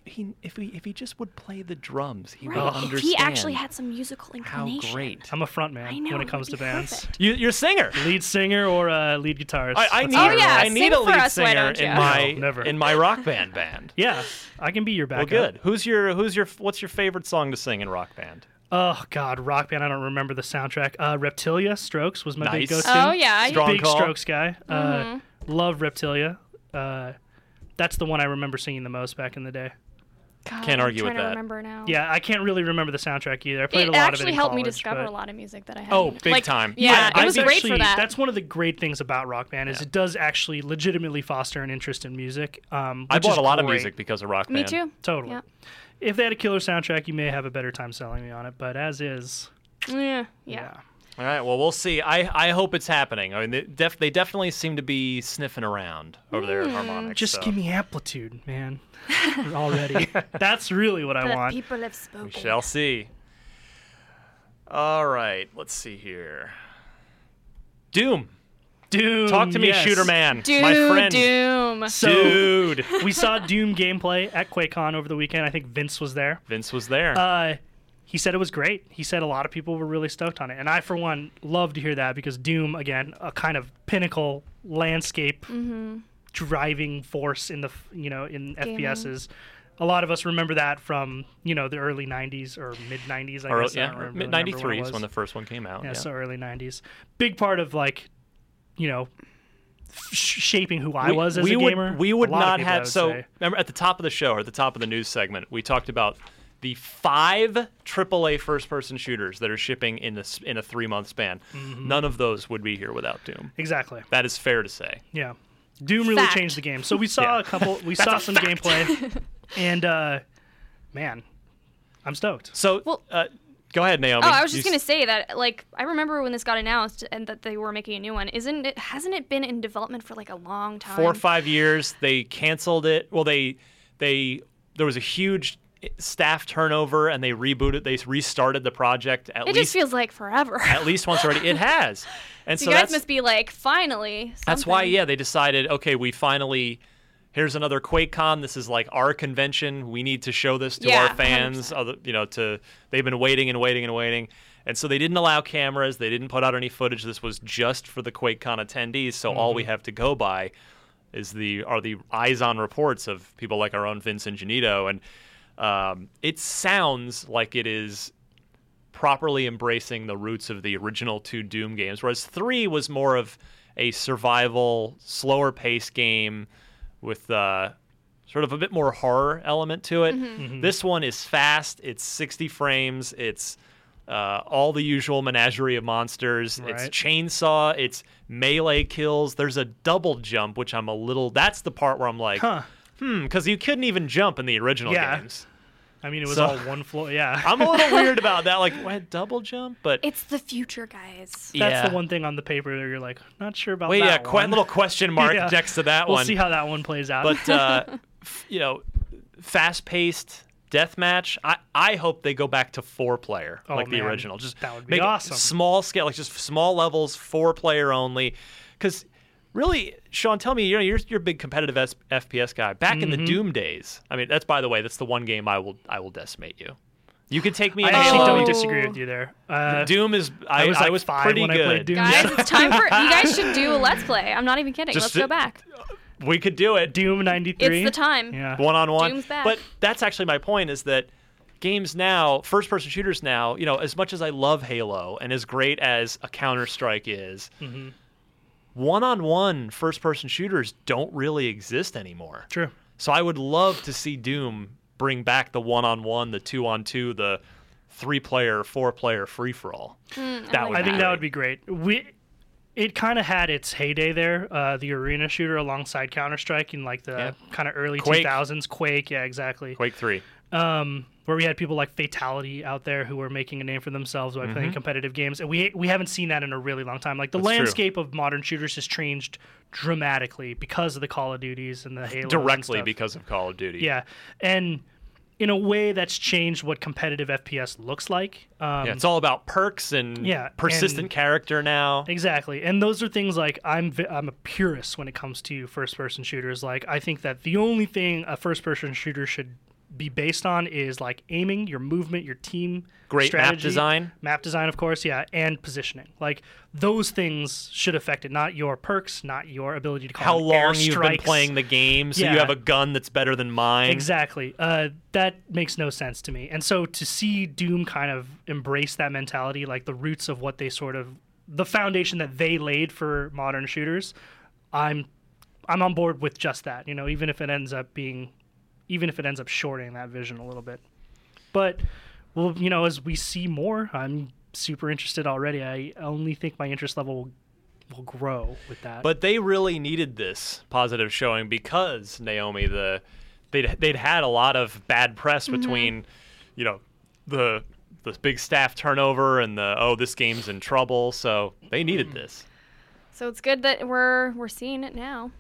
Speaker 3: he. If we, if he just would play the drums, he would
Speaker 5: Right.
Speaker 3: understand.
Speaker 5: If he actually had some musical
Speaker 3: how
Speaker 5: inclination.
Speaker 3: great.
Speaker 4: I'm a front
Speaker 5: I
Speaker 4: man
Speaker 5: know.
Speaker 4: when
Speaker 5: it
Speaker 4: it
Speaker 5: would
Speaker 4: comes to
Speaker 5: be
Speaker 4: bands.
Speaker 5: perfect.
Speaker 3: Oh, You, you're a singer.
Speaker 4: Lead singer or uh, lead guitarist.
Speaker 3: I, I
Speaker 4: That's
Speaker 3: need,
Speaker 4: all
Speaker 5: Oh, yeah,
Speaker 3: I need
Speaker 5: sing
Speaker 3: a
Speaker 5: for
Speaker 3: lead
Speaker 5: us, why
Speaker 3: singer
Speaker 5: don't
Speaker 3: in
Speaker 5: you?
Speaker 3: my
Speaker 4: No, never.
Speaker 3: in my rock band band.
Speaker 4: Yeah, I can be your
Speaker 3: Well,
Speaker 4: backup.
Speaker 3: good. Who's your who's your what's your favorite song to sing in rock band?
Speaker 4: Oh God, rock band. I don't remember the soundtrack. Uh, Reptilia, Strokes was my
Speaker 3: Nice.
Speaker 4: big go-to.
Speaker 5: Oh yeah. Mm-hmm. I-
Speaker 3: Strong
Speaker 4: big
Speaker 3: call.
Speaker 4: Strokes guy. Uh, love Reptilia. Uh, that's the one I remember singing the most back in the day.
Speaker 5: God,
Speaker 3: Can't
Speaker 5: I'm
Speaker 3: argue with
Speaker 5: trying to
Speaker 3: that.
Speaker 5: Remember now.
Speaker 4: Yeah, I can't really remember the soundtrack either. I played
Speaker 5: It
Speaker 4: a lot of it.
Speaker 5: actually
Speaker 4: in
Speaker 5: helped me
Speaker 4: college,
Speaker 5: discover
Speaker 4: but-
Speaker 5: a lot of music that I had.
Speaker 3: Oh, big
Speaker 5: like,
Speaker 3: time.
Speaker 5: Yeah,
Speaker 3: Yeah,
Speaker 5: it was
Speaker 4: I've
Speaker 5: great
Speaker 4: actually,
Speaker 5: for that.
Speaker 4: That's one of the great things about rock band is it does actually legitimately foster an interest in music. Um,
Speaker 3: I
Speaker 4: which
Speaker 3: bought
Speaker 4: is
Speaker 3: a lot of
Speaker 4: great.
Speaker 3: music because of rock
Speaker 5: me
Speaker 3: band.
Speaker 5: too.
Speaker 4: Totally.
Speaker 5: Yeah.
Speaker 4: If they had a killer soundtrack, you may have a better time selling me on it. But as is,
Speaker 5: Yeah.
Speaker 4: yeah.
Speaker 5: Yeah.
Speaker 3: All right. Well, we'll see. I, I hope it's happening. I mean, they, def- they definitely seem to be sniffing around over there at
Speaker 5: Mm.
Speaker 3: harmonics.
Speaker 4: Just
Speaker 3: so
Speaker 4: give me amplitude, man. Already. That's really what I
Speaker 5: But
Speaker 4: want.
Speaker 5: people have spoken.
Speaker 3: We shall see. All right. Let's see here. Doom.
Speaker 4: Doom.
Speaker 3: Talk to me,
Speaker 4: yes.
Speaker 3: Shooter Man.
Speaker 5: Doom.
Speaker 3: my friend.
Speaker 5: Doom.
Speaker 4: So
Speaker 3: Dude.
Speaker 4: we saw Doom gameplay at QuakeCon over the weekend. I think Vince was there.
Speaker 3: Vince was there.
Speaker 4: Uh, he said it was great. He said a lot of people were really stoked on it, and I, for one, love to hear that because Doom, again, a kind of pinnacle landscape driving force in the f- you know in FPSs. A lot of us remember that from you know the early '90s or mid '90s. I
Speaker 3: Or-
Speaker 4: guess I don't
Speaker 3: yeah. Mid
Speaker 4: remember- remember when it
Speaker 3: 93 is
Speaker 4: was
Speaker 3: when the first one came out.
Speaker 4: yeah,
Speaker 3: Yeah.
Speaker 4: so early 90s big part of like you know f- shaping who i
Speaker 3: We-
Speaker 4: was as
Speaker 3: we
Speaker 4: a
Speaker 3: would,
Speaker 4: gamer
Speaker 3: We
Speaker 4: A
Speaker 3: would
Speaker 4: lot of
Speaker 3: not
Speaker 4: people, I
Speaker 3: have.
Speaker 4: would
Speaker 3: So
Speaker 4: say.
Speaker 3: remember at the top of the show or at the top of the news segment, we talked about the five AAA first-person shooters that are shipping in this in a
Speaker 4: Mm-hmm.
Speaker 3: three-month span. None of those would be here without Doom.
Speaker 4: exactly
Speaker 3: That is fair to say.
Speaker 4: yeah Doom really
Speaker 5: Fact.
Speaker 4: changed the game. So we saw
Speaker 3: Yeah.
Speaker 4: a couple. We saw some gameplay, and uh, man, I'm stoked.
Speaker 3: So,
Speaker 5: Well-
Speaker 3: uh, go ahead, Naomi.
Speaker 5: Oh, I was
Speaker 3: You
Speaker 5: just gonna
Speaker 3: s-
Speaker 5: say that. Like, I remember when this got announced and that they were making a new one. Isn't it? Hasn't it been in development for like a long time?
Speaker 3: four or five years. They canceled it. Well, they they there was a huge eh, staff turnover, and they rebooted. They restarted the project at
Speaker 5: It
Speaker 3: least
Speaker 5: just feels like forever.
Speaker 3: at least once already. It has, and
Speaker 5: so,
Speaker 3: so,
Speaker 5: you guys
Speaker 3: that's
Speaker 5: must be like, finally.
Speaker 3: that's why
Speaker 5: something.
Speaker 3: yeah they decided okay we finally. Here's another QuakeCon. This is like our convention. We need to show this to
Speaker 5: Yeah,
Speaker 3: our fans. Other, you know, to they've been waiting and waiting and waiting, and so they didn't allow cameras. They didn't put out any footage. This was just for the QuakeCon attendees. So all
Speaker 5: Mm-hmm.
Speaker 3: we have to go by is the are the eyes on reports of people like our own Vincent Genito, and um, it sounds like it is properly embracing the roots of the original two Doom games, whereas three was more of a survival, slower pace game with uh, sort of a bit more horror element to it.
Speaker 4: Mm-hmm.
Speaker 3: This one is fast. It's 60 frames. It's uh, all the usual menagerie of monsters. It's
Speaker 4: Right.
Speaker 3: chainsaw. It's melee kills. There's a double jump, which I'm a little. That's the part where I'm like,
Speaker 4: Huh.
Speaker 3: hmm, because you couldn't even jump in the original
Speaker 4: Yeah.
Speaker 3: games.
Speaker 4: I mean, it was
Speaker 3: So-
Speaker 4: all one floor. Yeah,
Speaker 3: I'm a little weird about that. Like, what double jump? But
Speaker 5: It's the future, guys.
Speaker 4: that's the one thing on the paper that you're like, not sure about.
Speaker 3: Wait, Oh, yeah,
Speaker 4: that
Speaker 3: quite
Speaker 4: one.
Speaker 3: little question mark
Speaker 4: Yeah.
Speaker 3: next to that
Speaker 4: We'll
Speaker 3: one.
Speaker 4: see how that one plays out.
Speaker 3: but uh, f- you know, fast-paced deathmatch. I I hope they go back to four-player
Speaker 4: Oh,
Speaker 3: like the
Speaker 4: man.
Speaker 3: original. Just
Speaker 4: That would be
Speaker 3: make it
Speaker 4: awesome.
Speaker 3: Small scale, like just small levels, four-player only, because. Really, Sean, tell me, you know, you're, you're a big competitive S- FPS guy. Back in the
Speaker 4: Mm-hmm.
Speaker 3: Doom days, I mean, that's by the way, that's the one game I will I will decimate you. You could take me.
Speaker 4: I
Speaker 3: in
Speaker 4: actually
Speaker 3: Halo.
Speaker 4: don't
Speaker 5: Oh.
Speaker 4: disagree with you there. Uh,
Speaker 3: Doom is I,
Speaker 4: I was like
Speaker 3: I was
Speaker 4: five
Speaker 3: pretty
Speaker 4: when
Speaker 3: good.
Speaker 4: I played Doom.
Speaker 5: Guys,
Speaker 4: Yeah.
Speaker 5: it's time for you guys should do a let's play. I'm not even kidding.
Speaker 3: Just
Speaker 5: Let's go
Speaker 3: sit-
Speaker 5: back.
Speaker 3: We could do it.
Speaker 4: Doom '93.
Speaker 5: It's the time.
Speaker 4: Yeah.
Speaker 3: one on one.
Speaker 5: Doom's back.
Speaker 3: But that's actually my point is that games now, first person shooters now, you know, as much as I love Halo and as great as a Counter Strike is,
Speaker 4: Mm-hmm.
Speaker 3: one on one first person shooters don't really exist anymore.
Speaker 4: True.
Speaker 3: So I would love to see Doom bring back the one on one, the two on two, the three player, four player free for all. that would
Speaker 4: I think
Speaker 3: be
Speaker 4: that would be great. We, it kind of had its heyday there, uh, the arena shooter alongside Counter Strike in like the
Speaker 3: Yeah.
Speaker 4: kind of early
Speaker 3: Quake.
Speaker 4: 2000s. Quake, yeah, exactly.
Speaker 3: Quake three.
Speaker 4: Um, where we had people like Fatality out there who were making a name for themselves by playing competitive games, and we we haven't seen that in a really long time. Like the
Speaker 3: Mm-hmm. That's true.
Speaker 4: landscape of modern shooters has changed dramatically because of the Call of Duties and the Halo
Speaker 3: Directly because of Call of Duty.
Speaker 4: yeah, and in a way that's changed what competitive FPS looks like. Um,
Speaker 3: Yeah, it's all about perks and
Speaker 4: Yeah,
Speaker 3: persistent
Speaker 4: and-
Speaker 3: character now.
Speaker 4: Exactly. And those are things like I'm vi- I'm a purist when it comes to first person shooters. Like I think that the only thing a first person shooter should be based on is like aiming, your movement, your team,
Speaker 3: Great map
Speaker 4: strategy,
Speaker 3: design.
Speaker 4: map design, of course, yeah, and positioning. Like those things should affect it, not your perks, not your ability to call
Speaker 3: how
Speaker 4: in
Speaker 3: long you've been
Speaker 4: airstrikes.
Speaker 3: playing the game, so
Speaker 4: Yeah.
Speaker 3: you have a gun that's better than mine.
Speaker 4: Exactly. Uh, that makes no sense to me. And so to see Doom kind of embrace that mentality, like the roots of what they sort of the foundation that they laid for modern shooters, I'm I'm on board with just that. You know, even if it ends up being, even if it ends up shorting that vision a little bit. But well, you know, as we see more, I'm super interested already. I only think my interest level will, will grow with that.
Speaker 3: But they really needed this positive showing because Naomi, the they'd they'd had a lot of bad press
Speaker 4: Mm-hmm.
Speaker 3: between, you know, the the big staff turnover and the oh this game's in trouble, so they
Speaker 4: Mm.
Speaker 3: needed this.
Speaker 5: So it's good that we're we're seeing it now,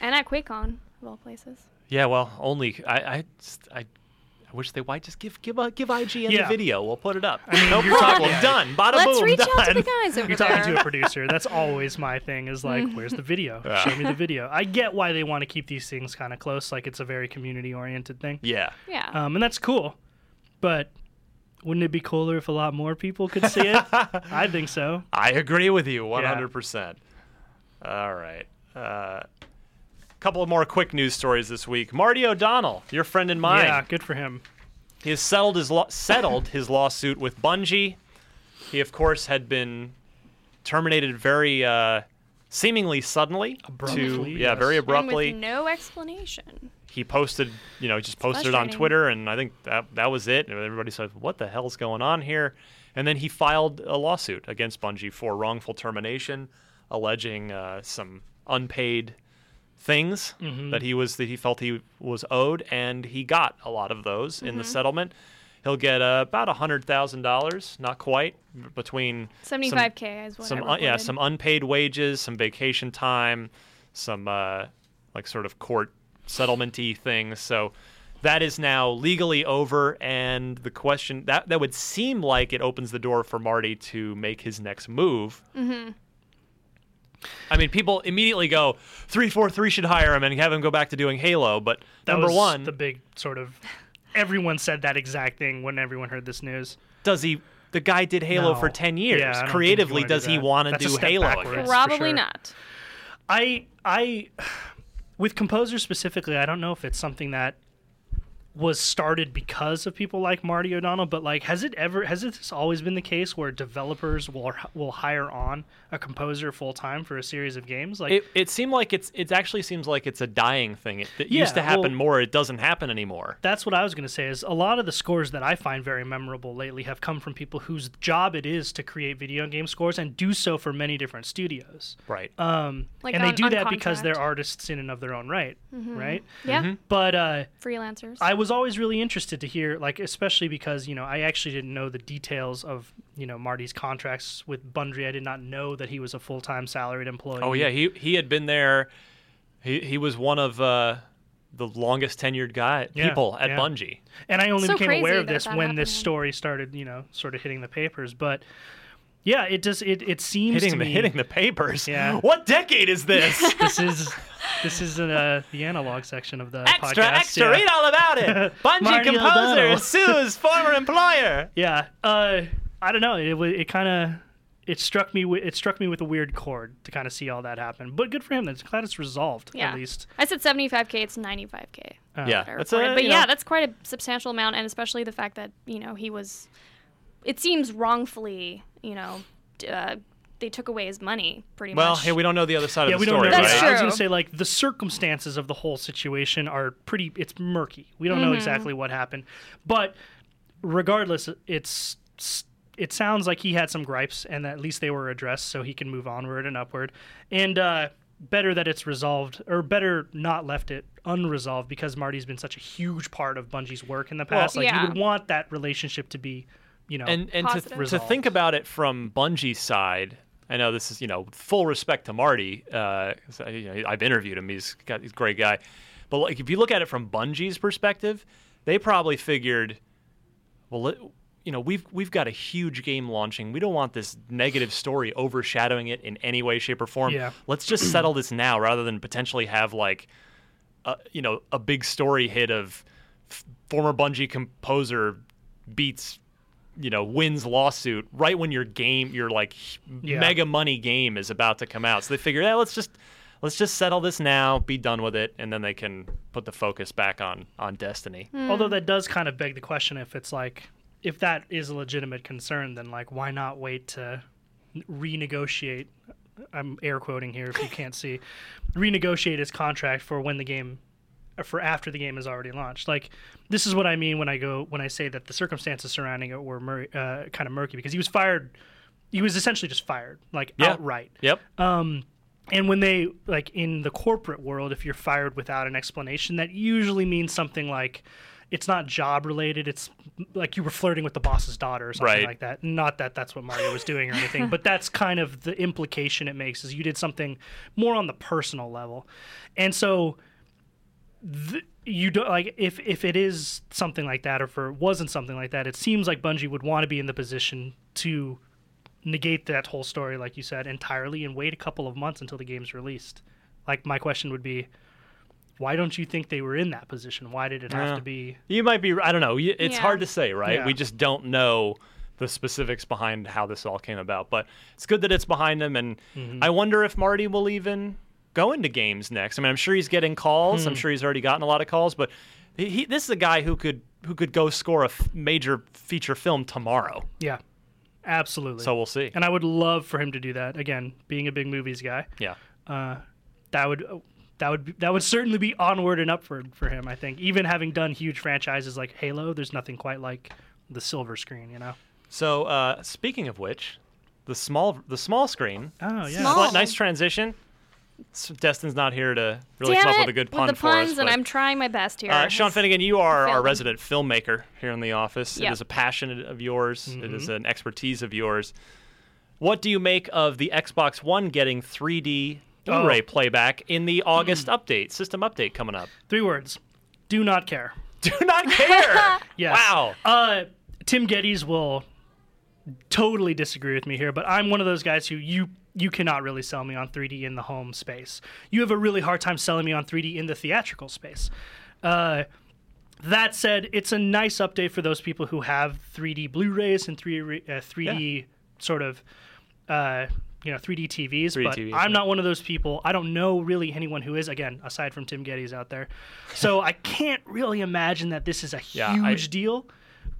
Speaker 5: and at QuakeCon of all places.
Speaker 3: Yeah, well, only I I just- I, I wish they why just give give uh, give IGN
Speaker 4: Yeah.
Speaker 3: the video, we'll put it up. no problem, done. Bada
Speaker 5: Let's
Speaker 3: boom,
Speaker 5: reach
Speaker 3: done.
Speaker 5: out to the guys over
Speaker 4: You're
Speaker 5: there.
Speaker 4: talking to a producer. That's always my thing. Is like,
Speaker 3: Mm-hmm.
Speaker 4: where's the video? Show me the video. I get why they want to keep these things kind of close. Like it's a very community oriented thing,
Speaker 3: Yeah.
Speaker 5: yeah.
Speaker 4: um, and that's cool. But wouldn't it be cooler if a lot more people could see it? I think so.
Speaker 3: I agree with you 100%. All right. A uh, couple of more quick news stories this week. Marty O'Donnell, your friend and mine,
Speaker 4: Yeah, good for him.
Speaker 3: he has settled his lo- settled his lawsuit with Bungie. He of course had been terminated very uh, seemingly suddenly to
Speaker 4: Abruptly,
Speaker 3: yeah, very
Speaker 4: yes. And
Speaker 5: And
Speaker 3: abruptly
Speaker 5: with no explanation.
Speaker 3: he posted, you know, just posted it on
Speaker 5: frustrating.
Speaker 3: Twitter, and I think that that was it. And everybody said, "What the hell's going on here?" And then he filed a lawsuit against Bungie for wrongful termination, alleging uh, some unpaid things that he was that he felt he was owed, and he got a lot of those in the settlement. He'll get uh, about hundred thousand dollars, not quite, b- between some-
Speaker 5: 75K is what
Speaker 3: some
Speaker 5: I
Speaker 3: un- yeah
Speaker 5: reported.
Speaker 3: some unpaid wages, some vacation time, some uh, like sort of court settlementy things. So that is now legally over, and the question that that would seem like it opens the door for Marty to make his next move. Mm-hmm. I mean, people immediately go three four three should hire him and have him go back to doing Halo. But
Speaker 4: That
Speaker 3: number
Speaker 4: was
Speaker 3: one,
Speaker 4: the big sort of. Everyone said that exact thing when everyone heard this news.
Speaker 3: does he? The guy did Halo
Speaker 4: No.
Speaker 3: for ten years.
Speaker 4: Yeah, I don't think you
Speaker 3: Creatively,
Speaker 4: wanna do
Speaker 3: does he
Speaker 4: that.
Speaker 3: want to
Speaker 4: That's a
Speaker 3: do
Speaker 4: step
Speaker 3: Halo?
Speaker 4: backwards.
Speaker 3: again?
Speaker 4: for
Speaker 5: Probably
Speaker 4: sure.
Speaker 5: not.
Speaker 4: I I with composers specifically, I don't know if it's something that was started because of people like Marty O'Donnell, but like has it ever has this always been the case where developers will will hire on a composer full time for a series of games? Like
Speaker 3: It, it seemed like it's it actually seems like it's a dying thing. It, it used to
Speaker 4: Yeah,
Speaker 3: happen
Speaker 4: well-
Speaker 3: more. It doesn't happen anymore.
Speaker 4: that's what I was going to say is a lot of the scores that I find very memorable lately have come from people whose job it is to create video game scores and do so for many different studios.
Speaker 3: Right.
Speaker 4: Um,
Speaker 5: Like
Speaker 4: and they
Speaker 5: on-
Speaker 4: do
Speaker 5: on Mm-hmm.
Speaker 4: that because they're
Speaker 5: contract.
Speaker 4: artists in and of their own right, right?
Speaker 5: Yeah,
Speaker 3: Mm-hmm.
Speaker 4: But uh,
Speaker 5: freelancers.
Speaker 4: I was always really interested to hear, like, especially because you know I actually didn't know the details of you know Marty's contracts with Bundry. I did not know that he was a full time salaried employee.
Speaker 3: oh yeah, he he had been there. He he was one of uh, the longest tenured guy
Speaker 4: Yeah,
Speaker 3: people at
Speaker 4: yeah.
Speaker 3: Bungie.
Speaker 4: and I only
Speaker 5: So
Speaker 4: became aware
Speaker 5: crazy
Speaker 4: of
Speaker 5: that
Speaker 4: this
Speaker 5: that
Speaker 4: when this
Speaker 5: happened.
Speaker 4: story started, you know, sort of hitting the papers. But yeah, it just it it seems
Speaker 3: Hitting the
Speaker 4: to me
Speaker 3: hitting the papers.
Speaker 4: Yeah.
Speaker 3: What decade is this?
Speaker 4: this is this is uh, the analog section of the
Speaker 3: extra,
Speaker 4: podcast.
Speaker 3: extra.
Speaker 4: yeah.
Speaker 3: Read all about it. Bungie
Speaker 4: Mario
Speaker 3: composer
Speaker 4: O'Donnell.
Speaker 3: sues former employer.
Speaker 4: Yeah. Uh, I don't know. It wa- it kind of it struck me wi- it struck me with a weird chord to kind of see all that happen. But good for him. That's glad it's resolved
Speaker 5: yeah.
Speaker 4: at least.
Speaker 5: I said 75K, it's 95K.
Speaker 4: Uh,
Speaker 3: Yeah,
Speaker 5: that are
Speaker 3: that's a,
Speaker 5: reported. but
Speaker 3: you
Speaker 5: yeah,
Speaker 3: know,
Speaker 5: that's quite a substantial amount, and especially the fact that you know he was, it seems wrongfully, you know, d- uh, they took away his money pretty
Speaker 3: well,
Speaker 5: much.
Speaker 3: hey, we don't know the other side
Speaker 4: Yeah,
Speaker 3: of
Speaker 4: we
Speaker 3: the
Speaker 4: don't know.
Speaker 3: story,
Speaker 5: That's
Speaker 3: right?
Speaker 4: I was
Speaker 5: true.
Speaker 4: gonna say like the circumstances of the whole situation are pretty. It's murky. We don't
Speaker 5: Mm-hmm.
Speaker 4: know exactly what happened, but regardless, it's it sounds like he had some gripes, and at least they were addressed, so he can move onward and upward. And uh, better that it's resolved, or better not left it unresolved, because Marty's been such a huge part of Bungie's work in the past. like
Speaker 5: Yeah.
Speaker 4: you would want that relationship to be, you know,
Speaker 3: and and to,
Speaker 5: Positive.
Speaker 3: to think
Speaker 4: Resolved.
Speaker 3: about it from Bungie's side, I know this is you know full respect to Marty. Uh, 'cause I, you know, I've interviewed him; he's got he's a great guy. But like, if you look at it from Bungie's perspective, they probably figured, well, let- you know, we've we've got a huge game launching. We don't want this negative story overshadowing it in any way, shape, or form.
Speaker 4: Yeah.
Speaker 3: Let's just settle this now, rather than potentially have like a, you know a big story hit of f- former Bungie composer beats you know wins lawsuit right when your game your like h-
Speaker 4: Yeah.
Speaker 3: mega money game is about to come out. So they figure, yeah, let's just let's just settle this now, be done with it, and then they can put the focus back on on Destiny.
Speaker 4: Although that does kind of beg the question if it's like if that is a legitimate concern, then like why not wait to renegotiate? I'm air quoting here if you can't see, renegotiate his contract for when the game, or for after the game is already launched. Like this is what I mean when I go when I say that the circumstances surrounding it were mur- uh, kind of murky because he was fired. He was essentially just fired, like
Speaker 3: Yeah.
Speaker 4: outright.
Speaker 3: Yep.
Speaker 4: And when they like in the corporate world, if you're fired without an explanation, that usually means something like it's not job related. It's like you were flirting with the boss's daughter or something
Speaker 3: Right.
Speaker 4: like that. Not that that's what Mario was doing or anything, but that's kind of the implication it makes is you did something more on the personal level. And so you don't like if if it is something like that or if it wasn't something like that, it seems like Bungie would want to be in the position to negate that whole story, like you said, entirely and wait a couple of months until the game's released. Like my question would be, why don't you think they were in that position? Why did it have
Speaker 3: Yeah.
Speaker 4: to be?
Speaker 3: you might be. I don't know. You- It's
Speaker 5: Yeah.
Speaker 3: hard to say, right?
Speaker 4: Yeah.
Speaker 3: We just don't know the specifics behind how this all came about. But it's good that it's behind them, and
Speaker 4: Mm-hmm.
Speaker 3: I wonder if Marty will even go into games next. I mean, I'm sure he's getting calls.
Speaker 4: Hmm.
Speaker 3: I'm sure he's already gotten a lot of calls, but he, he, this is a guy who could who could go score a f- major feature film tomorrow.
Speaker 4: Yeah, absolutely.
Speaker 3: So we'll see.
Speaker 4: and I would love for him to do that again. Being a big movies guy,
Speaker 3: yeah.
Speaker 4: that would that would be, that would certainly be onward and upward for him. I think even having done huge franchises like Halo, there's nothing quite like the silver screen, you know.
Speaker 3: So uh, speaking of which, the small the small screen.
Speaker 4: Oh yeah,
Speaker 5: Small.
Speaker 3: Nice transition. S- Destin's not here to really
Speaker 5: Damn
Speaker 3: come up
Speaker 5: it,
Speaker 3: with a good pun
Speaker 5: with the
Speaker 3: for
Speaker 5: puns,
Speaker 3: us.
Speaker 5: and
Speaker 3: but-
Speaker 5: I'm trying my best here.
Speaker 3: Uh, Sean Finnegan, you are our
Speaker 5: film.
Speaker 3: resident filmmaker here in the office. It
Speaker 5: Yep.
Speaker 3: is a passion of yours. It is an expertise of yours. What do you make of the Xbox One getting 3D
Speaker 4: Oh.
Speaker 3: Blu-ray playback in the August update, system update coming up?
Speaker 4: Three words. Do not care.
Speaker 3: Do not care.
Speaker 4: Yes.
Speaker 3: Wow.
Speaker 4: Uh, Tim Geddes will totally disagree with me here, but I'm one of those guys who you you cannot really sell me on 3D in the home space. You have a really hard time selling me on 3D in the theatrical space. Uh, that said, it's a nice update for those people who have 3D Blu-rays and 3D, uh, 3D sort of. Uh, you know, 3D TVs,
Speaker 3: 3D
Speaker 4: but
Speaker 3: TVs, yeah.
Speaker 4: I'm not one of those people. I don't know really anyone who is, again, aside from Tim Geddes out there. So I can't really imagine that this is a
Speaker 3: Yeah, I-
Speaker 4: huge deal,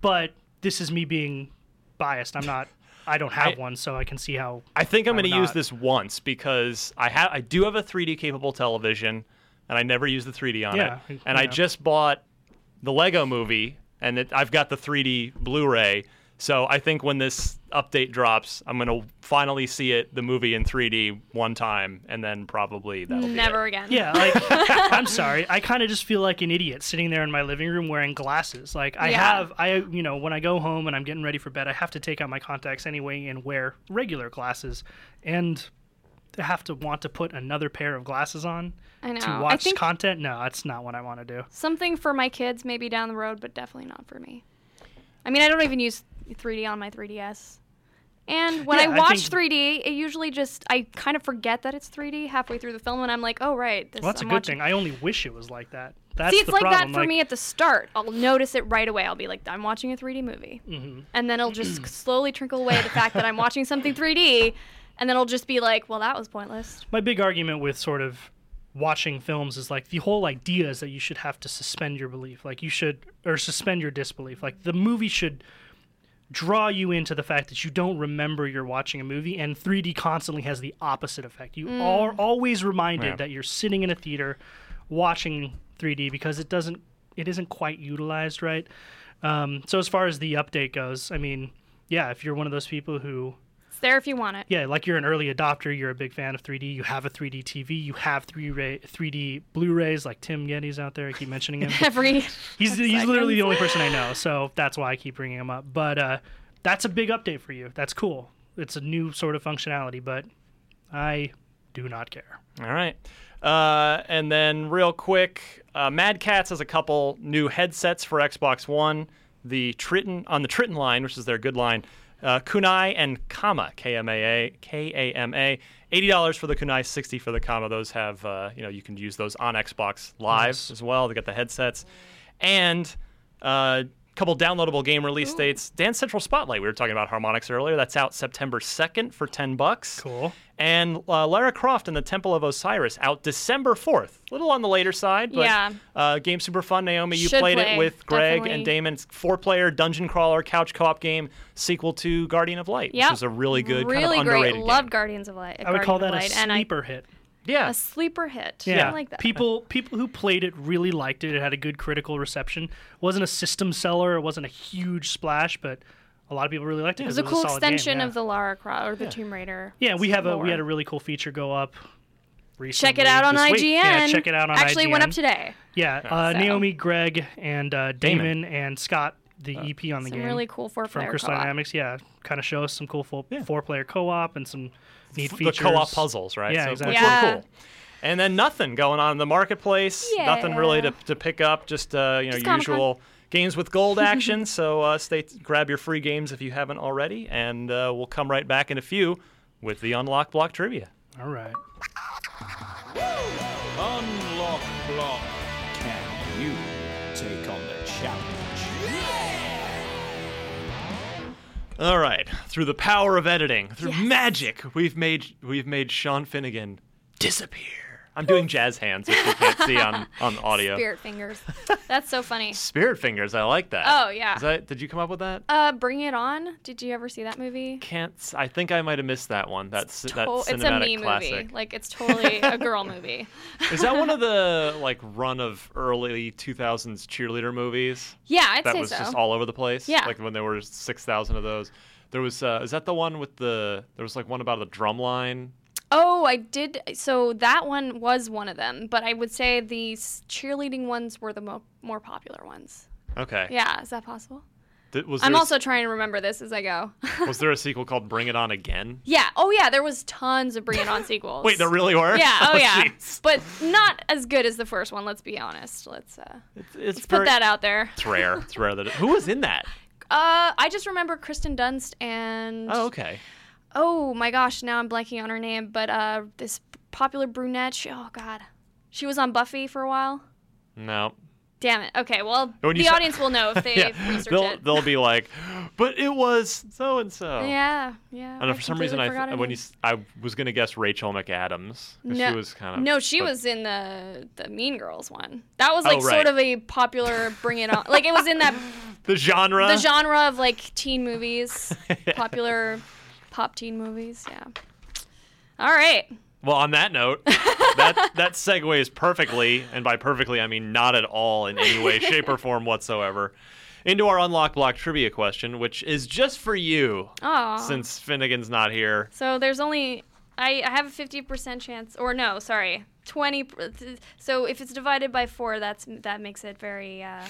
Speaker 4: but this is me being biased. I'm not. I don't have
Speaker 3: I-
Speaker 4: one, so I can see how.
Speaker 3: I think I'm
Speaker 4: I'm
Speaker 3: going to use
Speaker 4: not.
Speaker 3: this once because I have I do have a 3D capable television, and I never use the 3D on
Speaker 4: Yeah,
Speaker 3: it.
Speaker 4: you
Speaker 3: And I
Speaker 4: know.
Speaker 3: just bought the Lego Movie, and it, I've got the 3D Blu-ray. So I think when this update drops, I'm going to finally see it the movie in 3D one time, and then probably that'll
Speaker 5: Never again.
Speaker 4: Yeah, like I'm sorry. I kind of just feel like an idiot sitting there in my living room wearing glasses. Like I
Speaker 5: Yeah.
Speaker 4: have, I you know, when I go home and I'm getting ready for bed, I have to take out my contacts anyway and wear regular glasses, and to have to want to put another pair of glasses on
Speaker 5: I know.
Speaker 4: to
Speaker 5: I
Speaker 4: watch
Speaker 5: think-
Speaker 4: content. No, that's not what I want to do.
Speaker 5: Something for my kids, maybe down the road, but definitely not for me. I mean, I don't even use 3D on my 3DS. And when
Speaker 4: Yeah, I
Speaker 5: I watch
Speaker 4: think-
Speaker 5: 3D, it usually just I kind of forget that it's 3D halfway through the film, and I'm like, oh right, this,
Speaker 4: Well, that's
Speaker 5: I'm
Speaker 4: a good
Speaker 5: watching
Speaker 4: thing. I only wish it was like that. That's
Speaker 5: See, it's
Speaker 4: the
Speaker 5: like
Speaker 4: problem.
Speaker 5: that for me at the start. I'll notice it right away. I'll be like, I'm watching a 3D movie.
Speaker 4: Mm-hmm.
Speaker 5: And then it'll just slowly trickle away the fact that I'm watching something 3D. And then I'll just be like, well, that was pointless.
Speaker 4: my big argument with sort of watching films is like the whole idea is that you should have to suspend your belief like you should or suspend your disbelief like the movie should draw you into the fact that you don't remember you're watching a movie and 3d constantly has the opposite effect you are always reminded
Speaker 3: Yeah.
Speaker 4: that you're sitting in a theater watching 3d because it doesn't it isn't quite utilized right um, so as far as the update goes i mean yeah if you're one of those people who
Speaker 5: It's there if you want it.
Speaker 4: yeah, like you're an early adopter, you're a big fan of 3D, you have a 3D TV, you have 3 3D Blu-rays like Tim Geddes out there. I keep mentioning him.
Speaker 5: Every.
Speaker 4: he's he's literally the only person I know, so that's why I keep bringing him up. But uh, that's a big update for you. That's cool. It's a new sort of functionality, but I do not care.
Speaker 3: All right. Uh, and then, real quick, uh, Mad Cats has a couple new headsets for Xbox One. The Triton on the Triton line, which is their good line, uh, Kunai and Kama K M A A K A M A. Eighty dollars for the Kunai, sixty for the Kama. Those have uh, you know you can use those on Xbox Live as well. They got the headsets and a couple downloadable game release dates. Dance Central Spotlight. We were talking about harmonics earlier. That's out September second for ten bucks.
Speaker 4: Cool.
Speaker 3: And uh, Lara Croft and the Temple of Osiris out December 4th. A little on the later side, but
Speaker 5: Yeah.
Speaker 3: uh, game super fun. Naomi, you
Speaker 5: Should
Speaker 3: played it
Speaker 5: play,
Speaker 3: with Greg and
Speaker 5: definitely.
Speaker 3: Damon. It's four player dungeon crawler couch co op game, sequel to Guardian of Light,
Speaker 5: Yeah.
Speaker 3: which is a really good,
Speaker 5: really
Speaker 3: kind of underrated
Speaker 5: great. Love
Speaker 3: game.
Speaker 5: Guardians of Light.
Speaker 4: I would call that
Speaker 5: Guardian of
Speaker 4: a
Speaker 5: Light, and I-
Speaker 4: sleeper hit.
Speaker 3: yeah.
Speaker 5: a sleeper hit.
Speaker 4: Yeah,
Speaker 5: I like that.
Speaker 4: people people who played it really liked it. It had a good critical reception. It wasn't a system seller. It wasn't a huge splash, but a lot of people really liked it.
Speaker 5: It was
Speaker 4: 'cause
Speaker 5: a cool
Speaker 4: solid game,
Speaker 5: extension
Speaker 4: yeah.
Speaker 5: of the Lara Croft or the Tomb Raider.
Speaker 4: Yeah, we have a
Speaker 5: lore.
Speaker 4: we had a really cool feature go up. Recently.
Speaker 5: Check it out on
Speaker 3: this
Speaker 5: IGN.
Speaker 3: week.
Speaker 4: Yeah, check it out on
Speaker 5: Actually, it went up
Speaker 4: IGN.
Speaker 5: today.
Speaker 4: Yeah, uh,
Speaker 5: So-
Speaker 4: Naomi, Greg, and uh,
Speaker 3: Damon.
Speaker 4: Damon, and Scott, the EP on the
Speaker 5: Uh, Some
Speaker 4: game
Speaker 5: really cool four
Speaker 4: from
Speaker 5: player
Speaker 4: Crystal Dynamics. Yeah, kind of show us some cool full, four player co op and some neat
Speaker 3: the
Speaker 4: features.
Speaker 3: co-op puzzles, right?
Speaker 4: Yeah,
Speaker 3: so
Speaker 4: exactly.
Speaker 3: Which were
Speaker 5: Yeah.
Speaker 3: cool. And then nothing going on in the marketplace. Nothing really to,
Speaker 5: Yeah.
Speaker 3: to pick up. Just uh, you know
Speaker 5: Just
Speaker 3: your
Speaker 5: Comic-Con.
Speaker 3: usual games with gold action. so uh, stay grab your free games if you haven't already, and uh, we'll come right back in a few with the unlock block trivia.
Speaker 4: All right.
Speaker 6: Unlock block. Can you take on the challenge?
Speaker 3: All right, through the power of editing, through
Speaker 5: Yes.
Speaker 3: magic, we've made we've made Sean Finnegan disappear. I'm doing jazz hands, which you can't see on on audio.
Speaker 5: Spirit fingers. That's so funny.
Speaker 3: Spirit fingers, I like that.
Speaker 5: Oh, yeah.
Speaker 3: Is that, did you come up with that?
Speaker 5: Uh, Bring It On. Did you ever see that movie?
Speaker 3: can't. s- I think I might have missed that one. That's that
Speaker 5: To- it's a
Speaker 3: cinematic
Speaker 5: me
Speaker 3: classic.
Speaker 5: movie. Like it's totally a girl movie.
Speaker 3: Is that one of the like run of early 2000s cheerleader movies
Speaker 5: Yeah, I'd
Speaker 3: that
Speaker 5: say
Speaker 3: was
Speaker 5: so.
Speaker 3: just all over the place?
Speaker 5: Yeah.
Speaker 3: Like when there were six thousand of those. There was. Uh, is that the one with the? There was like one about the drum line.
Speaker 5: Oh, I did. So that one was one of them, but I would say the s- cheerleading ones were the mo- more popular ones.
Speaker 3: Okay.
Speaker 5: Yeah, is that possible?
Speaker 3: Th- was
Speaker 5: I'm
Speaker 3: there-
Speaker 5: also trying to remember this as I go.
Speaker 3: was there a sequel called Bring It On Again?
Speaker 5: yeah. Oh, yeah. There was tons of Bring It On sequels.
Speaker 3: Wait, there really were.
Speaker 5: Yeah. Oh, yeah.
Speaker 3: jeez.
Speaker 5: But not as good as the first one. Let's be honest. Let's uh,
Speaker 3: It's, it's
Speaker 5: put
Speaker 3: very-
Speaker 5: that out there.
Speaker 3: It's rare. It's rare that it, who was in that?
Speaker 5: Uh, I just remember Kristen Dunst and
Speaker 3: Oh, okay.
Speaker 5: oh my gosh, now I'm blanking on her name, but uh, this popular brunette. She, oh God, she was on Buffy for a while.
Speaker 3: No.
Speaker 5: Damn it. Okay. Well,
Speaker 3: When you
Speaker 5: the
Speaker 3: sa-
Speaker 5: audience will know if they
Speaker 3: Yeah.
Speaker 5: research
Speaker 3: They'll
Speaker 5: it.
Speaker 3: they'll be like, but it was so and so.
Speaker 5: Yeah. Yeah.
Speaker 3: I don't know, for some reason, I
Speaker 5: completely
Speaker 3: th-
Speaker 5: forgot her
Speaker 3: when you
Speaker 5: name.
Speaker 3: s- I was gonna guess Rachel McAdams. 'cause
Speaker 5: No.
Speaker 3: She was kind of
Speaker 5: No, she
Speaker 3: but-
Speaker 5: was in the the Mean Girls one. That was
Speaker 3: Oh,
Speaker 5: like
Speaker 3: right.
Speaker 5: sort of a popular Bring It On. Like it was in that
Speaker 3: the genre.
Speaker 5: the genre of like teen movies, popular pop teen movies. Yeah. All right.
Speaker 3: Well, on that note, that that segues perfectly, and by perfectly I mean not at all in any way, shape, or form whatsoever, into our unlock block trivia question, which is just for you,
Speaker 5: Oh.
Speaker 3: since Finnegan's not here.
Speaker 5: So there's only I, I have a 50% chance or no, sorry. 20 per- th- so if it's divided by 4 that's that makes it very uh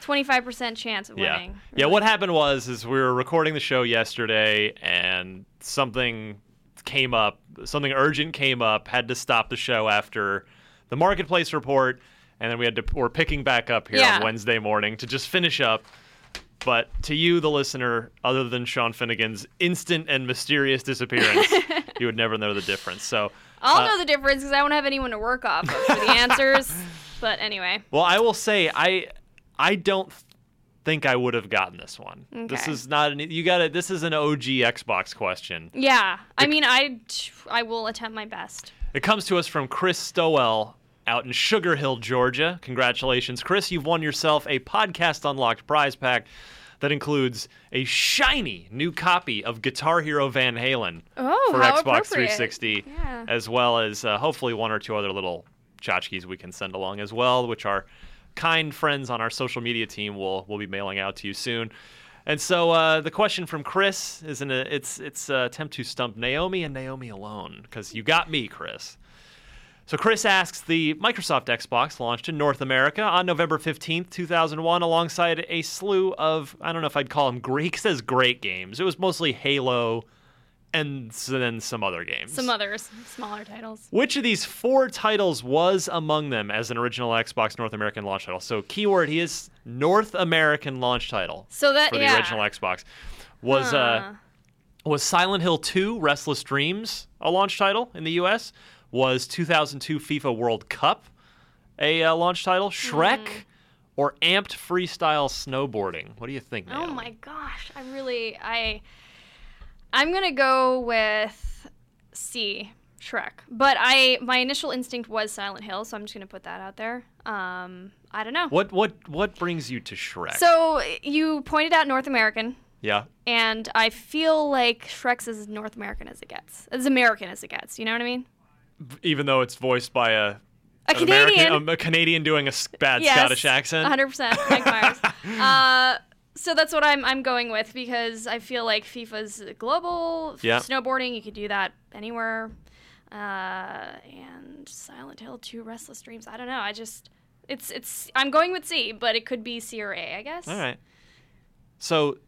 Speaker 5: 25% chance of winning.
Speaker 3: Yeah. Yeah, what happened was is we were recording the show yesterday and something came up, something urgent came up, had to stop the show after the marketplace report and then we had to we're picking back up here
Speaker 5: Yeah.
Speaker 3: on Wednesday morning to just finish up. But to you the listener, other than Sean Finnegan's instant and mysterious disappearance, you would never know the difference. So
Speaker 5: I'll
Speaker 3: uh,
Speaker 5: know the difference cuz I won't have anyone to work off of for the answers. But anyway,
Speaker 3: Well, I will say I I don't think I would have gotten this one. This
Speaker 5: Okay.
Speaker 3: is not an e, you got to This is an OG Xbox question.
Speaker 5: yeah. I mean, I I will attempt my best.
Speaker 3: It comes to us from Chris Stowell out in Sugar Hill, Georgia. Congratulations, Chris! You've won yourself a podcast unlocked prize pack that includes a shiny new copy of Guitar Hero Van Halen
Speaker 5: Oh,
Speaker 3: for
Speaker 5: how
Speaker 3: Xbox
Speaker 5: appropriate.
Speaker 3: 360,
Speaker 5: Yeah.
Speaker 3: as well as uh, hopefully one or two other little tchotchkes we can send along as well, which our kind friends on our social media team will will be mailing out to you soon. And so uh, the question from Chris is in a, it's it's uh, attempt to stump Naomi and Naomi alone because you got me, Chris. So Chris asks the Microsoft Xbox launched in North America on November 15th, 2001 alongside a slew of I don't know if I'd call them great he says great games. It was mostly Halo and s- then some other games.
Speaker 5: Some others, smaller titles.
Speaker 3: Which of these four titles was among them as an original Xbox North American launch title? So keyword he is North American launch title
Speaker 5: So that
Speaker 3: for the
Speaker 5: yeah.
Speaker 3: original Xbox. Was uh,
Speaker 5: Huh.
Speaker 3: was Silent Hill 2 Restless Dreams a launch title in the US? Was 2002 FIFA World Cup a uh, launch
Speaker 5: Hmm.
Speaker 3: title? Shrek or Amped Freestyle Snowboarding? What do you think,
Speaker 5: Oh
Speaker 3: Naomi?
Speaker 5: my gosh, I really I I'm going to go with C, Shrek. But I my initial instinct was Silent Hill, so I'm just going to put that out there. Um, I don't know.
Speaker 3: What what what brings you to Shrek?
Speaker 5: So you pointed out North American
Speaker 3: yeah.
Speaker 5: and I feel like Shrek's as North American as it gets. As American as it gets, you know what I mean?
Speaker 3: Even though it's voiced by a
Speaker 5: A
Speaker 3: an American-
Speaker 5: Canadian.
Speaker 3: um, a Canadian doing a s- bad
Speaker 5: Yes,
Speaker 3: Scottish accent.
Speaker 5: 100% Mike Myers. uh, so that's what I'm I'm going with because I feel like FIFA's global. F-
Speaker 3: Yeah.
Speaker 5: Snowboarding, you could do that anywhere. Uh, and Silent Hill 2 Restless Dreams. I don't know. I just it's it's I'm going with C, but it could be C or A, I guess.
Speaker 3: All right. So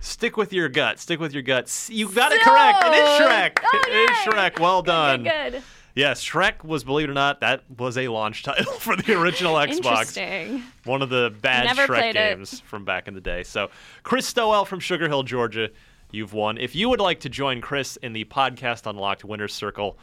Speaker 3: stick with your gut. Stick with your gut. S- You got it
Speaker 5: So-
Speaker 3: correct. It is Shrek.
Speaker 5: Oh,
Speaker 3: it is
Speaker 5: yay.
Speaker 3: Shrek. Well
Speaker 5: Good,
Speaker 3: done.
Speaker 5: good.
Speaker 3: Yes, Shrek was, believe it or not, that was a launch title for the original Xbox.
Speaker 5: Interesting.
Speaker 3: One of the bad
Speaker 5: Never
Speaker 3: Shrek
Speaker 5: played it.
Speaker 3: games from back in the day. So, Chris Stowell from Sugar Hill, Georgia, you've won. If you would like to join Chris in the Podcast Unlocked Winner's Circle,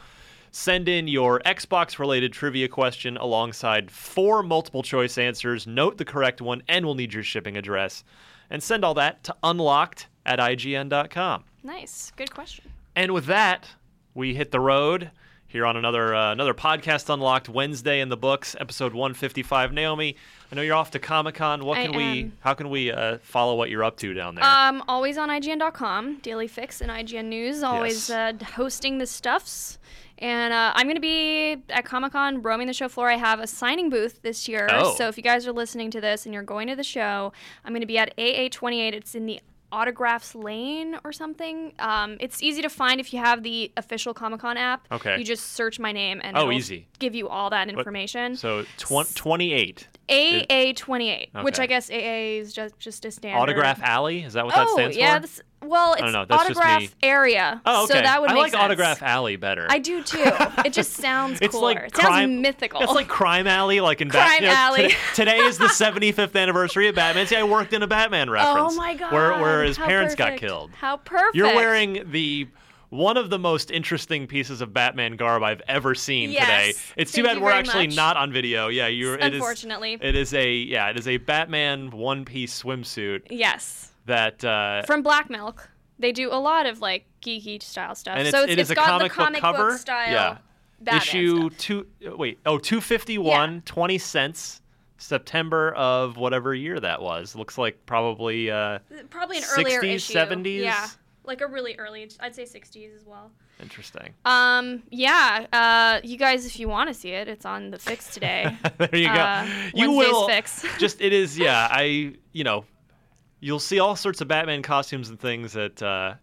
Speaker 3: send in your Xbox related trivia question alongside four multiple choice answers. Note the correct one, and we'll need your shipping address. And send all that to unlocked at IGN.com.
Speaker 5: Nice. Good question.
Speaker 3: And with that, we hit the road here on another uh, another podcast unlocked Wednesday in the books, episode 155. Naomi, I know you're off to Comic Con. What
Speaker 5: I
Speaker 3: can we?
Speaker 5: am.
Speaker 3: How can we uh, follow what you're up to down there?
Speaker 5: Um, always on IGN.com, Daily Fix and IGN News, always
Speaker 3: Yes.
Speaker 5: uh, d- hosting the stuffs. And uh, I'm going to be at Comic Con roaming the show floor. I have a signing booth this year.
Speaker 3: Oh.
Speaker 5: So if you guys are listening to this and you're going to the show, I'm going to be at AA28. It's in the Autographs Lane or something. Um, it's easy to find if you have the official Comic Con app.
Speaker 3: Okay.
Speaker 5: You just search my name and
Speaker 3: Oh,
Speaker 5: it'll
Speaker 3: easy.
Speaker 5: give you all that information.
Speaker 3: So tw- 28.
Speaker 5: AA28, which
Speaker 3: Okay.
Speaker 5: I guess AA is just, just a standard.
Speaker 3: Autograph Alley? Is that what that
Speaker 5: Oh,
Speaker 3: stands
Speaker 5: yeah.
Speaker 3: for?
Speaker 5: This, well, it's
Speaker 3: don't know, that's just
Speaker 5: autograph
Speaker 3: me.
Speaker 5: area.
Speaker 3: Oh, okay.
Speaker 5: So that would
Speaker 3: I
Speaker 5: make
Speaker 3: like
Speaker 5: sense.
Speaker 3: Autograph Alley better.
Speaker 5: I do too. It just sounds
Speaker 3: It's
Speaker 5: cooler.
Speaker 3: like
Speaker 5: it
Speaker 3: crime-
Speaker 5: sounds mythical.
Speaker 3: It's like Crime Alley, like in Batman.
Speaker 5: Crime Alley.
Speaker 3: Today, is the 75th anniversary of Batman. See, I worked in a Batman reference.
Speaker 5: oh my god.
Speaker 3: Where, where his
Speaker 5: How
Speaker 3: parents got
Speaker 5: perfect.
Speaker 3: killed.
Speaker 5: How perfect.
Speaker 3: You're wearing the one of the most interesting pieces of Batman garb I've ever seen
Speaker 5: Yes.
Speaker 3: today. It's too
Speaker 5: Thank
Speaker 3: bad
Speaker 5: you
Speaker 3: we're
Speaker 5: very
Speaker 3: actually
Speaker 5: much.
Speaker 3: not on video. Yeah, you're. it is-
Speaker 5: Unfortunately.
Speaker 3: it is a yeah. It is a Batman one-piece swimsuit
Speaker 5: Yes.
Speaker 3: that. Uh,
Speaker 5: From Black Milk. They do a lot of like geeky style stuff.
Speaker 3: And
Speaker 5: so
Speaker 3: it's-
Speaker 5: it's,
Speaker 3: it is
Speaker 5: it's
Speaker 3: a
Speaker 5: got
Speaker 3: comic
Speaker 5: the
Speaker 3: book
Speaker 5: comic
Speaker 3: cover.
Speaker 5: book style.
Speaker 3: Yeah.
Speaker 5: Batman
Speaker 3: issue
Speaker 5: stuff.
Speaker 3: two wait oh 251
Speaker 5: Yeah.
Speaker 3: 20 cents september of whatever year that was looks like probably uh
Speaker 5: Probably an
Speaker 3: 60s,
Speaker 5: earlier issue.
Speaker 3: 70s?
Speaker 5: Yeah. Like a really early, I'd say 60s as well.
Speaker 3: interesting
Speaker 5: Um, yeah. Uh, you guys, if you want to see it, it's on the fix today.
Speaker 3: there you go
Speaker 5: Uh,
Speaker 3: you
Speaker 5: Wednesday's
Speaker 3: will
Speaker 5: fix.
Speaker 3: just it is yeah i you know you'll see all sorts of batman costumes and things at uh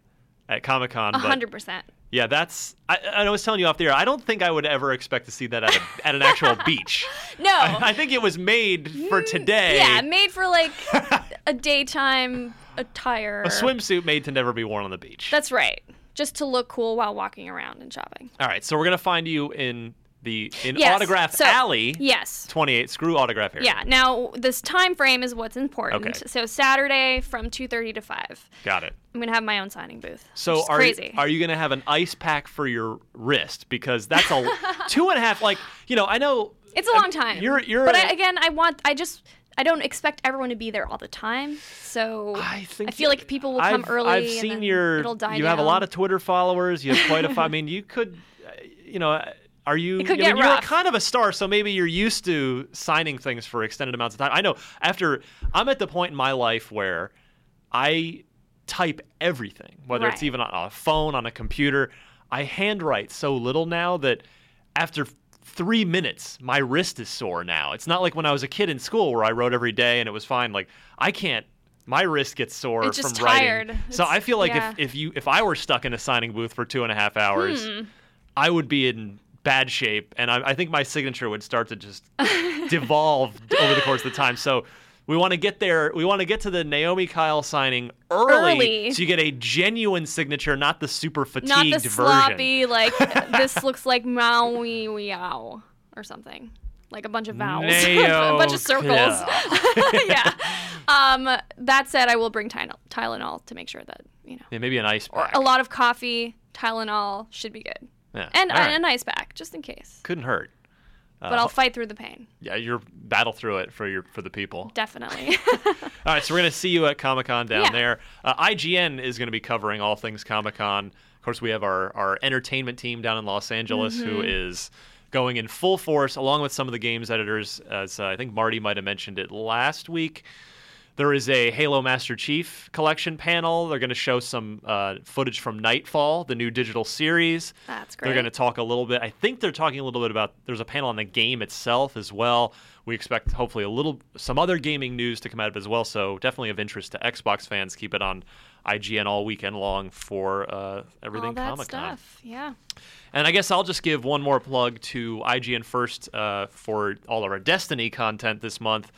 Speaker 3: at Comic Con,
Speaker 5: A
Speaker 3: but
Speaker 5: hundred percent.
Speaker 3: yeah, that's. I, and I was telling you off the air. I don't think I would ever expect to see that at, a, at an actual beach.
Speaker 5: No.
Speaker 3: I, I think it was made for today.
Speaker 5: Mm, Yeah, made for like a daytime attire.
Speaker 3: a swimsuit made to never be worn on the beach.
Speaker 5: That's right. Just to look cool while walking around and shopping.
Speaker 3: All right, so we're gonna find you in the in
Speaker 5: Yes,
Speaker 3: Autograph
Speaker 5: so-
Speaker 3: Alley,
Speaker 5: Yes.
Speaker 3: 28. Screw Autograph Area.
Speaker 5: Yeah. Now this time frame is what's important.
Speaker 3: Okay.
Speaker 5: So Saturday from two thirty to five.
Speaker 3: got it.
Speaker 5: I'm gonna have my own signing booth.
Speaker 3: So
Speaker 5: which is
Speaker 3: are
Speaker 5: crazy.
Speaker 3: are you gonna have an ice pack for your wrist because that's a two and a half like you know I know
Speaker 5: it's a long time.
Speaker 3: You're you're
Speaker 5: But
Speaker 3: a-
Speaker 5: I, again, I want. I just. I don't expect everyone to be there all the time. So
Speaker 3: I think
Speaker 5: feel like people will come
Speaker 3: I've-
Speaker 5: early.
Speaker 3: I've
Speaker 5: and
Speaker 3: seen
Speaker 5: then
Speaker 3: your
Speaker 5: It'll die
Speaker 3: you have a
Speaker 5: down.
Speaker 3: lot of Twitter followers. You have quite a. fo- I mean, you could uh, you know. uh, Are you?
Speaker 5: It could
Speaker 3: I mean,
Speaker 5: get
Speaker 3: you're
Speaker 5: rough.
Speaker 3: kind of a star, so maybe you're used to signing things for extended amounts of time. I know. After I'm at the point in my life where I type everything, whether it's
Speaker 5: Right.
Speaker 3: even on a phone, on a computer. I handwrite so little now that after three minutes, my wrist is sore now. It's not like when I was a kid in school where I wrote every day and it was fine. Like I can't. My wrist gets sore
Speaker 5: It's just
Speaker 3: from writing.
Speaker 5: tired.
Speaker 3: So
Speaker 5: It's-
Speaker 3: I feel like
Speaker 5: yeah. Hmm.
Speaker 3: if, if you if I were stuck in a signing booth for two and a half hours, I would be in bad shape, and I, I think my signature would start to just devolve over the course of the time. So we want to get there. We want to get to the Naomi Kyle signing early,
Speaker 5: Early.
Speaker 3: so you get a genuine signature, not the super fatigued
Speaker 5: not the
Speaker 3: version.
Speaker 5: sloppy like this looks like maui meow or something like a bunch of vowels a bunch of circles yeah um, that said i will bring Tylen- tylenol to make sure that you know
Speaker 3: Yeah, maybe an ice
Speaker 5: or
Speaker 3: pack.
Speaker 5: a lot of coffee tylenol should be good
Speaker 3: Yeah,
Speaker 5: and
Speaker 3: all right. Uh,
Speaker 5: an ice pack just in case
Speaker 3: couldn't hurt.
Speaker 5: but i'll fight through the pain
Speaker 3: Yeah, you're battle through it for your for the people.
Speaker 5: definitely
Speaker 3: All right, so we're going to see you at Comic Con down
Speaker 5: Yeah.
Speaker 3: there. Uh, IGN is going to be covering all things Comic Con. Of course, we have our, our entertainment team down in Los Angeles who is going in full force along with some of the games editors. As uh, I think Marty might have mentioned it last week. There is a Halo Master Chief collection panel. They're going to show some uh, footage from Nightfall, the new digital series.
Speaker 5: That's
Speaker 3: They're
Speaker 5: great.
Speaker 3: going to talk a little bit. I think they're talking a little bit about there's a panel on the game itself as well. We expect hopefully a little some other gaming news to come out of it as well. So definitely of interest to Xbox fans. Keep it on IGN all weekend long for uh,
Speaker 5: all
Speaker 3: everything
Speaker 5: that
Speaker 3: Comic Con.
Speaker 5: stuff yeah
Speaker 3: And I guess I'll just give one more plug to IGN first uh, for all of our Destiny content this month.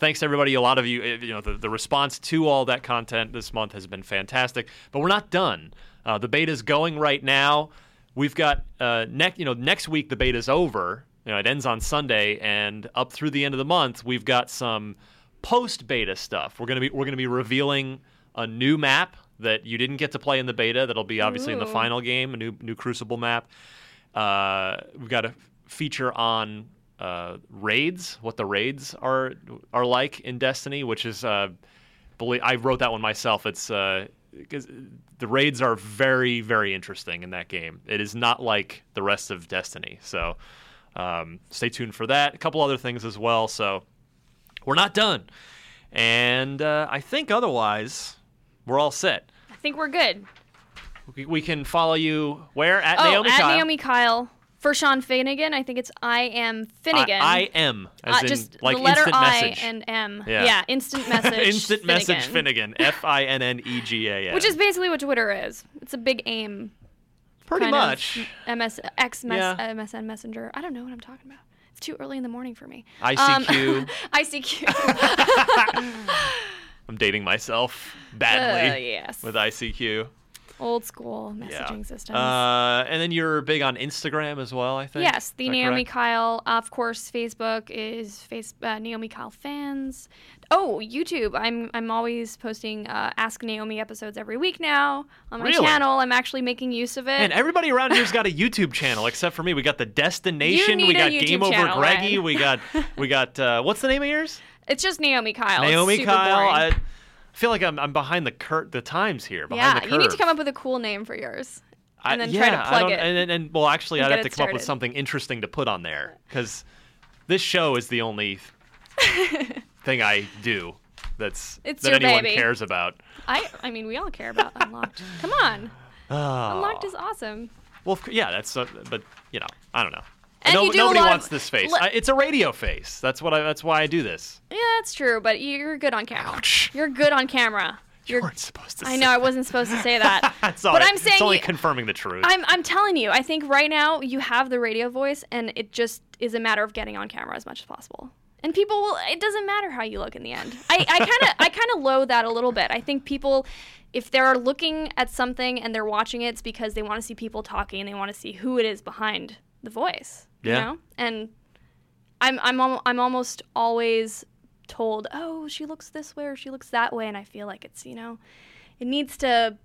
Speaker 3: Thanks everybody. A lot of you, eh, you know, the, the response to all that content this month has been fantastic. But we're not done. Uh, the beta is going right now. We've got uh, next, you know, next week the beta's over. You know, it ends on Sunday, and up through the end of the month, we've got some post beta stuff. We're gonna be we're gonna be revealing a new map that you didn't get to play in the beta. That'll be obviously in the
Speaker 5: Ooh.
Speaker 3: final game, a new new Crucible map. Uh, we've got a feature on uh, raids, what the raids are are like in Destiny, which is uh, belie- I wrote that one myself. It's uh 'cause the raids are very very interesting in that game. It is not like the rest of Destiny, so. Um, stay tuned for that. A couple other things as well. So we're not done. And uh, I think otherwise, we're all set.
Speaker 5: i think we're good
Speaker 3: We, we can follow you where at
Speaker 5: oh
Speaker 3: Naomi
Speaker 5: at
Speaker 3: Kyle.
Speaker 5: naomi kyle For Sean Finnegan, I think it's I am Finnegan.
Speaker 3: I, I am as
Speaker 5: Uh,
Speaker 3: in
Speaker 5: just
Speaker 3: like
Speaker 5: the letter
Speaker 3: instant
Speaker 5: I
Speaker 3: message.
Speaker 5: and M.
Speaker 3: Yeah.
Speaker 5: Yeah, instant message.
Speaker 3: instant message Finnegan. F I N N E G A N.
Speaker 5: Which is basically what Twitter is. It's a big aim.
Speaker 3: pretty
Speaker 5: kind
Speaker 3: much.
Speaker 5: Of MS, X, uh, mes-
Speaker 3: Yeah.
Speaker 5: MSN Messenger. I don't know what I'm talking about. It's too early in the morning for me.
Speaker 3: ICQ.
Speaker 5: Um, ICQ.
Speaker 3: I'm dating myself
Speaker 5: uh,
Speaker 3: badly
Speaker 5: yes.
Speaker 3: with ICQ.
Speaker 5: Old school
Speaker 3: Yeah.
Speaker 5: messaging systems.
Speaker 3: Uh, and then you're big on Instagram as well, I think.
Speaker 5: Yes,
Speaker 3: Is
Speaker 5: the
Speaker 3: that
Speaker 5: Naomi
Speaker 3: correct?
Speaker 5: Kyle. Of course, Facebook is face uh, Naomi Kyle fans. Oh, YouTube. I'm I'm always posting uh, Ask Naomi episodes every week now on my
Speaker 3: Really?
Speaker 5: channel. I'm actually making use of it.
Speaker 3: Man, everybody around here's got a YouTube channel except for me. We got the Destination, we
Speaker 5: need a
Speaker 3: got
Speaker 5: YouTube
Speaker 3: Game Over
Speaker 5: channel,
Speaker 3: Greggy,
Speaker 5: Ryan.
Speaker 3: we got we got uh, what's the name of yours?
Speaker 5: it's just Naomi Kyle. It's
Speaker 3: Naomi
Speaker 5: super
Speaker 3: Kyle. I,
Speaker 5: boring.
Speaker 3: I feel like I'm I'm behind the cur- the times here. Behind
Speaker 5: yeah,
Speaker 3: the curve.
Speaker 5: you need to come up with a cool name for yours.
Speaker 3: I-
Speaker 5: and then
Speaker 3: yeah,
Speaker 5: try to
Speaker 3: I
Speaker 5: plug
Speaker 3: don't,
Speaker 5: it.
Speaker 3: And, and, and well, actually, I'd
Speaker 5: get
Speaker 3: have to
Speaker 5: it
Speaker 3: come up with
Speaker 5: started.
Speaker 3: something interesting to put on there because this show is the only thing I do that's
Speaker 5: It's
Speaker 3: that
Speaker 5: your
Speaker 3: anyone
Speaker 5: baby.
Speaker 3: cares about.
Speaker 5: I I mean, we all care about Unlocked. Come on, Unlocked is awesome.
Speaker 3: Oh, Well, of cou- yeah, that's uh, but you know, I don't know.
Speaker 5: And
Speaker 3: no,
Speaker 5: you do a
Speaker 3: nobody
Speaker 5: lot of-
Speaker 3: wants this face.
Speaker 5: Look-
Speaker 3: I, it's a radio face. That's what I. That's why I do this.
Speaker 5: Yeah, that's true, but you're good on camera.
Speaker 3: Ouch.
Speaker 5: You're good on camera.
Speaker 3: You weren't supposed to.
Speaker 5: I
Speaker 3: say
Speaker 5: know I
Speaker 3: that.
Speaker 5: wasn't supposed to say that.
Speaker 3: It's all right.
Speaker 5: I'm saying
Speaker 3: it's only
Speaker 5: you-
Speaker 3: confirming the truth.
Speaker 5: I'm I'm telling you, I think right now you have the radio voice and it just is a matter of getting on camera as much as possible. And people will it doesn't matter how you look in the end. I, I kinda I kinda loathe that a little bit. I think people if they're looking at something and they're watching it, it's because they want to see people talking and they want to see who it is behind the voice.
Speaker 3: Yeah.
Speaker 5: You know? And I'm I'm al- I'm almost always told, "Oh, she looks this way or she looks that way," and I feel like it's, you know, it needs to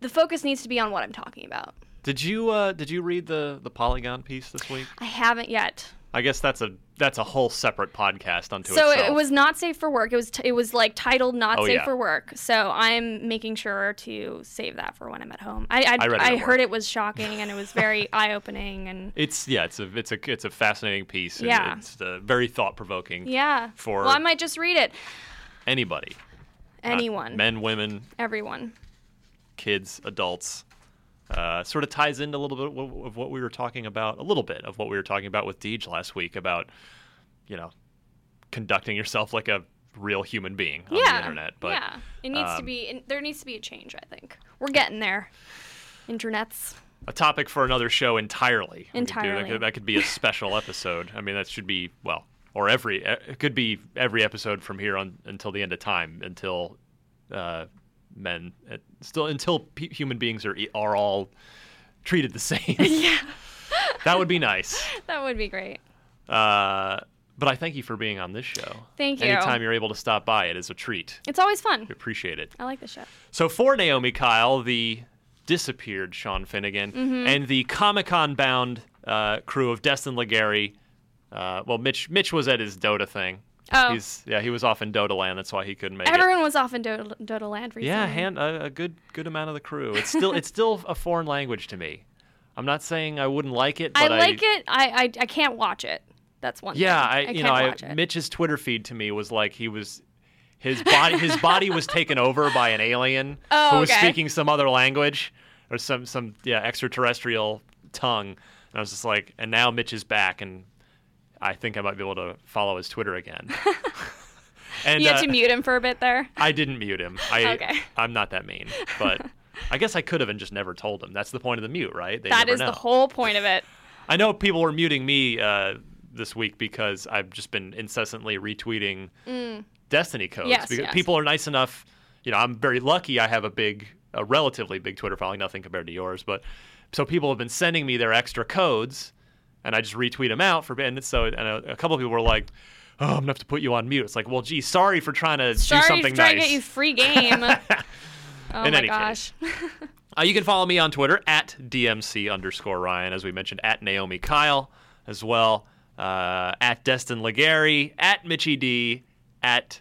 Speaker 5: the focus needs to be on what I'm talking about.
Speaker 3: Did you uh, did you read the the Polygon piece this week?
Speaker 5: I haven't yet.
Speaker 3: I guess that's a that's a whole separate podcast unto
Speaker 5: so
Speaker 3: itself.
Speaker 5: it was not safe for work. It was t- it was like titled not
Speaker 3: Oh,
Speaker 5: safe
Speaker 3: yeah.
Speaker 5: for work. So I'm making sure to save that for when I'm at home. I I,
Speaker 3: I read it at work.
Speaker 5: heard it was shocking and it was very eye opening and
Speaker 3: It's yeah, it's a it's a it's a fascinating piece. and
Speaker 5: Yeah.
Speaker 3: it's uh, very thought provoking.
Speaker 5: yeah.
Speaker 3: For-
Speaker 5: well, I might just read it.
Speaker 3: anybody, not
Speaker 5: Anyone,
Speaker 3: men, women,
Speaker 5: everyone.
Speaker 3: kids, adults. Uh, sort of ties into a little bit of- of what we were talking about, a little bit of what we were talking about with Deej last week about, you know, conducting yourself like a real human being on
Speaker 5: yeah.
Speaker 3: the internet. But
Speaker 5: yeah, it needs to
Speaker 3: um,
Speaker 5: be. It, there needs to be a change. I think we're getting there. Internets.
Speaker 3: a topic for another show entirely. We could do- that,
Speaker 5: Entirely.
Speaker 3: could, that could be a special episode. I mean, that should be well, or every e, it could be every episode from here on until the end of time, until uh, men uh, still until pe human beings are e- are all treated the same. yeah, that would be nice.
Speaker 5: That would be great.
Speaker 3: Uh, but I thank you for being on this show.
Speaker 5: Thank you.
Speaker 3: Anytime you're able to stop by, it is a treat.
Speaker 5: It's always fun.
Speaker 3: We appreciate it.
Speaker 5: I like the show.
Speaker 3: So for Naomi Kyle, the disappeared Sean Finnegan,
Speaker 5: Mm-hmm.
Speaker 3: and the Comic Con bound uh, crew of Destin Legary. Uh, well, Mitch Mitch was at his Dota thing.
Speaker 5: Oh.
Speaker 3: He's, yeah, he was off in Dota land. That's why he couldn't make it.
Speaker 5: Everyone was off in Dota, Dota Land recently.
Speaker 3: Yeah, hand, a, a good good amount of the crew. It's still it's still a foreign language to me. I'm not saying I wouldn't like it,
Speaker 5: I
Speaker 3: but
Speaker 5: like it. I, I I can't watch it. That's one.
Speaker 3: Yeah,
Speaker 5: thing.
Speaker 3: I,
Speaker 5: can't
Speaker 3: you know, I,
Speaker 5: watch it.
Speaker 3: Mitch's Twitter feed to me was like he was his body his body was taken over by an alien
Speaker 5: Oh,
Speaker 3: who was
Speaker 5: okay.
Speaker 3: speaking some other language or some some yeah extraterrestrial tongue, and I was just like, and now Mitch is back, and I think I might be able to follow his Twitter again. and
Speaker 5: you
Speaker 3: uh,
Speaker 5: had to mute him for a bit there.
Speaker 3: I didn't mute him. I
Speaker 5: Okay.
Speaker 3: I'm not that mean, but. I guess I could have and just never told him. That's the point of the mute, right? They
Speaker 5: That
Speaker 3: never
Speaker 5: is the
Speaker 3: know.
Speaker 5: whole point of it.
Speaker 3: I know people were muting me uh, this week because I've just been incessantly retweeting Destiny codes.
Speaker 5: Mm. Yes,
Speaker 3: because
Speaker 5: yes.
Speaker 3: people are nice enough. You know, I'm very lucky. I have a big, a relatively big Twitter following, nothing compared to yours, but so people have been sending me their extra codes, and I just retweet them out for. And so, and a, a couple of people were like. Oh, I'm gonna have to put you on mute. It's like, well, gee, sorry for trying to do
Speaker 5: Sorry,
Speaker 3: something
Speaker 5: trying to
Speaker 3: nice.
Speaker 5: get you free game. oh my
Speaker 3: any
Speaker 5: gosh.
Speaker 3: Uh, you can follow me on Twitter at DMC underscore Ryan, as we mentioned, at Naomi Kyle as well, uh, at Destin Legary, at Mitchie D, at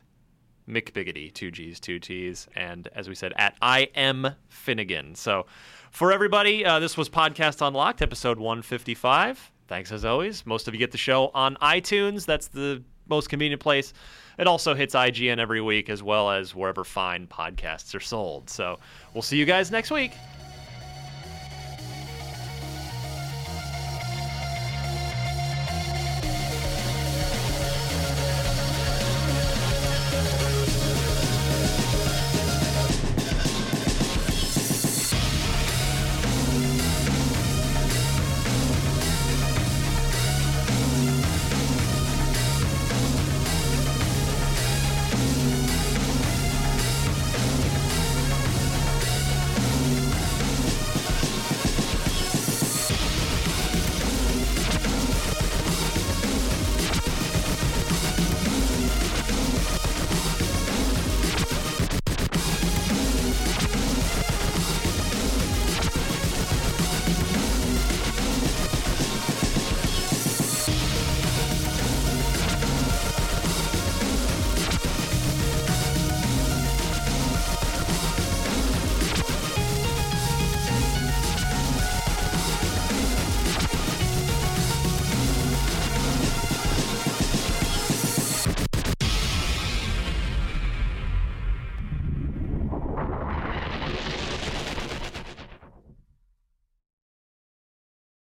Speaker 3: McBiggity, two G's, two T's, and as we said, at I am Finnegan. So for everybody, uh, this was Podcast Unlocked, episode 155. Thanks as always. Most of you get the show on iTunes. That's the most convenient place. It also hits IGN every week, as well as wherever fine podcasts are sold. So we'll see you guys next week.